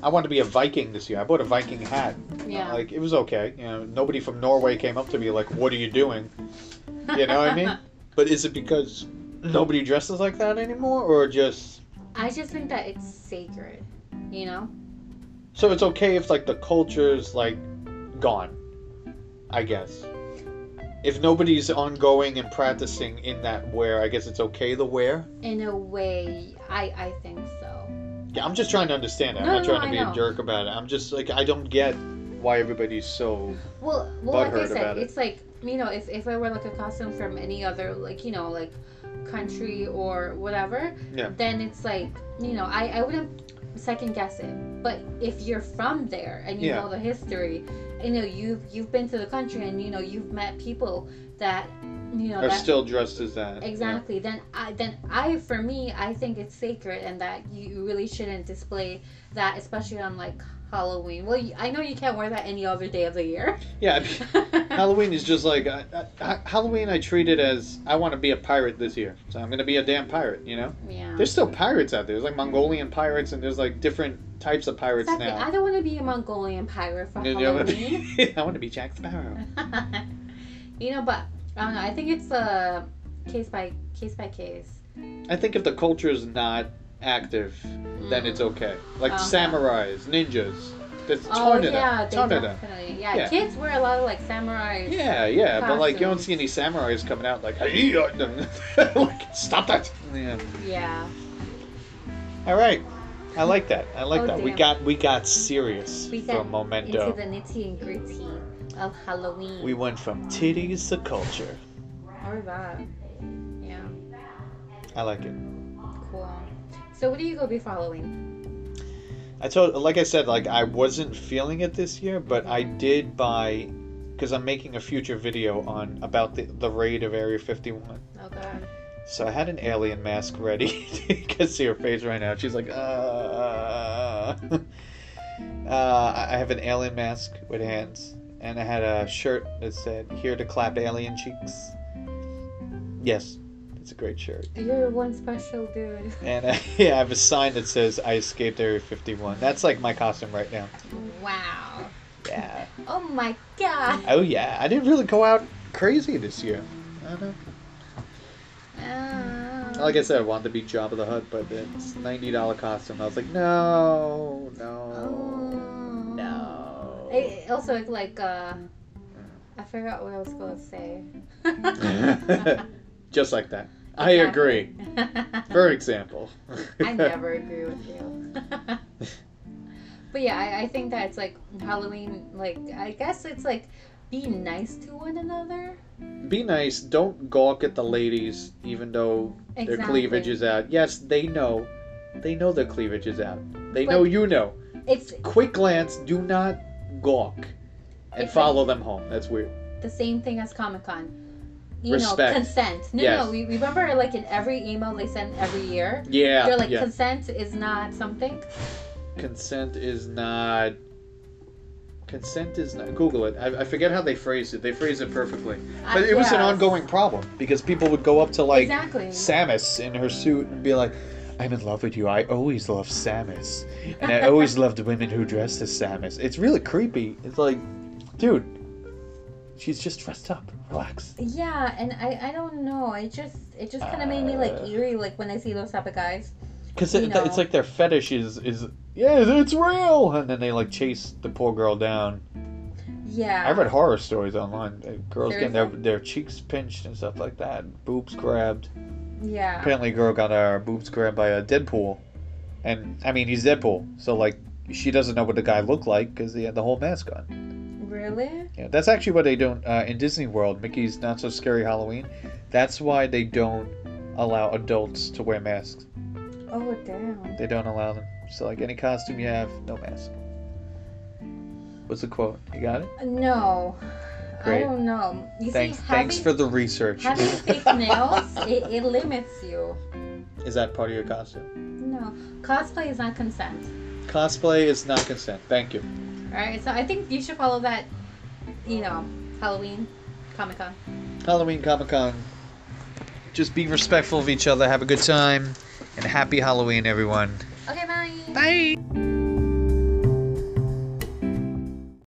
A: I wanted to be a Viking this year. I bought a Viking hat.
B: Yeah.
A: Like, it was okay. You know, nobody from Norway came up to me like, what are you doing? You know what I mean? But is it because nobody dresses like that anymore or just.
B: I just think that it's sacred, you know?
A: So it's okay if like the culture's like gone, I guess. If nobody's ongoing and practicing in that wear, I guess it's okay to wear.
B: In a way, I, I think so.
A: Yeah, I'm just trying to understand it. I'm
B: No,
A: not
B: no,
A: trying
B: I
A: to be a
B: know.
A: jerk about it. I'm just like I don't get why everybody's so
B: Well, well like I
A: Butthurt about
B: said,
A: it.
B: it's like, you know, if, if I wear like a costume from any other, like, you know, like country or whatever,
A: Yeah.
B: then it's like, you know, I, I wouldn't second guess it. But if you're from there and you
A: Yeah.
B: know the history, you know, you've, you've been to the country and, you know, you've met people that, you know,
A: are
B: that,
A: still dressed as that.
B: exactly, then I, then I, for me, I think it's sacred and that you really shouldn't display that, especially on like Halloween. Well, you- I know you can't wear that any other day of the year.
A: Yeah, I mean, Halloween is just like I, I, Halloween. I treat it as I want to be a pirate this year, so I'm gonna be a damn pirate. You know,
B: Yeah.
A: there's still pirates out there. There's like Mongolian pirates, and there's like different types of pirates
B: Exactly.
A: now.
B: I don't want to be a Mongolian pirate for
A: No, no,
B: Halloween.
A: I want to be Jack Sparrow.
B: you know, but I don't know. I think it's a case by case by case.
A: I think if the culture is not active, then
B: Mm.
A: it's okay. Like
B: Uh-huh.
A: samurais, ninjas. There's a
B: Oh
A: ton of
B: yeah,
A: that.
B: they
A: Ton of that.
B: definitely. Yeah,
A: Yeah.
B: kids wear a lot of like samurai.
A: Yeah, yeah, but like you don't
B: Costumes.
A: see any samurais coming out like, "Hey, uh, like stop that. Yeah.
B: Yeah.
A: All right, I like that. I like
B: Oh,
A: that. We
B: damn.
A: got we got serious
B: We
A: from
B: got
A: Memento.
B: into the nitty and gritty of Halloween.
A: We went from titties to culture.
B: Or that. Yeah.
A: I like it.
B: Cool. So what do you go before Halloween?
A: I told, like I said, like I wasn't feeling it this year, but I did buy, because I'm making a future video on about the the raid of Area 51.
B: Oh god.
A: So I had an alien mask ready. you can see her face right now. She's like, uh, uh, I I have an alien mask with hands, and I had a shirt that said "Here to clap alien cheeks." Yes, it's a great shirt.
B: You're one special dude.
A: And I, yeah, I have a sign that says "I escaped Area 51." That's like my costume right now.
B: Wow.
A: Yeah.
B: Oh my god.
A: Oh yeah. I didn't really go out crazy this year. I don't know.
B: Oh.
A: Like I said, I wanted to be Job of the Hutt, but it's ninety dollar costume. I was like, no, no,
B: Oh.
A: no.
B: It, it also it's like uh I forgot what I was gonna say.
A: Just like that. I
B: Yeah.
A: agree. For example.
B: I never agree with you. but yeah, I, I think that it's like Halloween like I guess it's like be nice to one another.
A: Be nice. Don't gawk at the ladies, even though their cleavage is out. Yes, they know. They know their cleavage is out. They
B: But-
A: know you know.
B: It's
A: Quick glance. Do not gawk. And
B: It's like-
A: follow them home. That's weird.
B: the same thing as Comic Con. You know,
A: Respect.
B: consent. No,
A: Yes.
B: no, we we remember like in every email they send every year.
A: Yeah.
B: They're like
A: yeah.
B: consent is not something.
A: consent is not consent is not google it I, I forget how they phrased it they phrased it perfectly
B: I
A: but it was an
B: guess.
A: ongoing problem because people would go up to like
B: exactly.
A: samus in her suit and be like i'm in love with you i always loved samus and i always loved women who dressed as samus it's really creepy it's like dude she's just dressed up relax
B: Yeah, and I I don't know. It just it just kind of made me like
A: Uh.
B: eerie like when I see those type of guys.
A: because
B: You
A: it,
B: know.
A: it's like their fetish is is yeah it's real and then they like chase the poor girl down
B: Yeah.
A: I read horror stories online. uh, Girls getting their,
B: Seriously?
A: their cheeks pinched and stuff like that. Boobs grabbed.
B: Yeah.
A: Apparently, a girl got her boobs grabbed by a Deadpool. And, I mean, he's Deadpool. So, like, she doesn't know what the guy looked like because he had the whole mask on.
B: Really?
A: Yeah, that's actually what they don't uh, in Disney World. Mickey's Not So Scary Halloween. That's why they don't allow adults to wear masks.
B: Oh damn.
A: They don't allow them. So, like, any costume you have, no mask. What's the quote? You got it?
B: No. I
A: Great.
B: don't know. You
A: Thanks,
B: see,
A: thanks for
B: having,
A: the research.
B: having fake nails, it, it limits you.
A: Is that part of your costume?
B: No, cosplay is not consent.
A: Cosplay is not consent. Thank you.
B: All right, so I think you should follow that. You know, Halloween, Comic Con.
A: Halloween Comic Con. Just be respectful of each other. Have a good time. And happy Halloween, everyone.
B: Okay, bye.
A: Bye.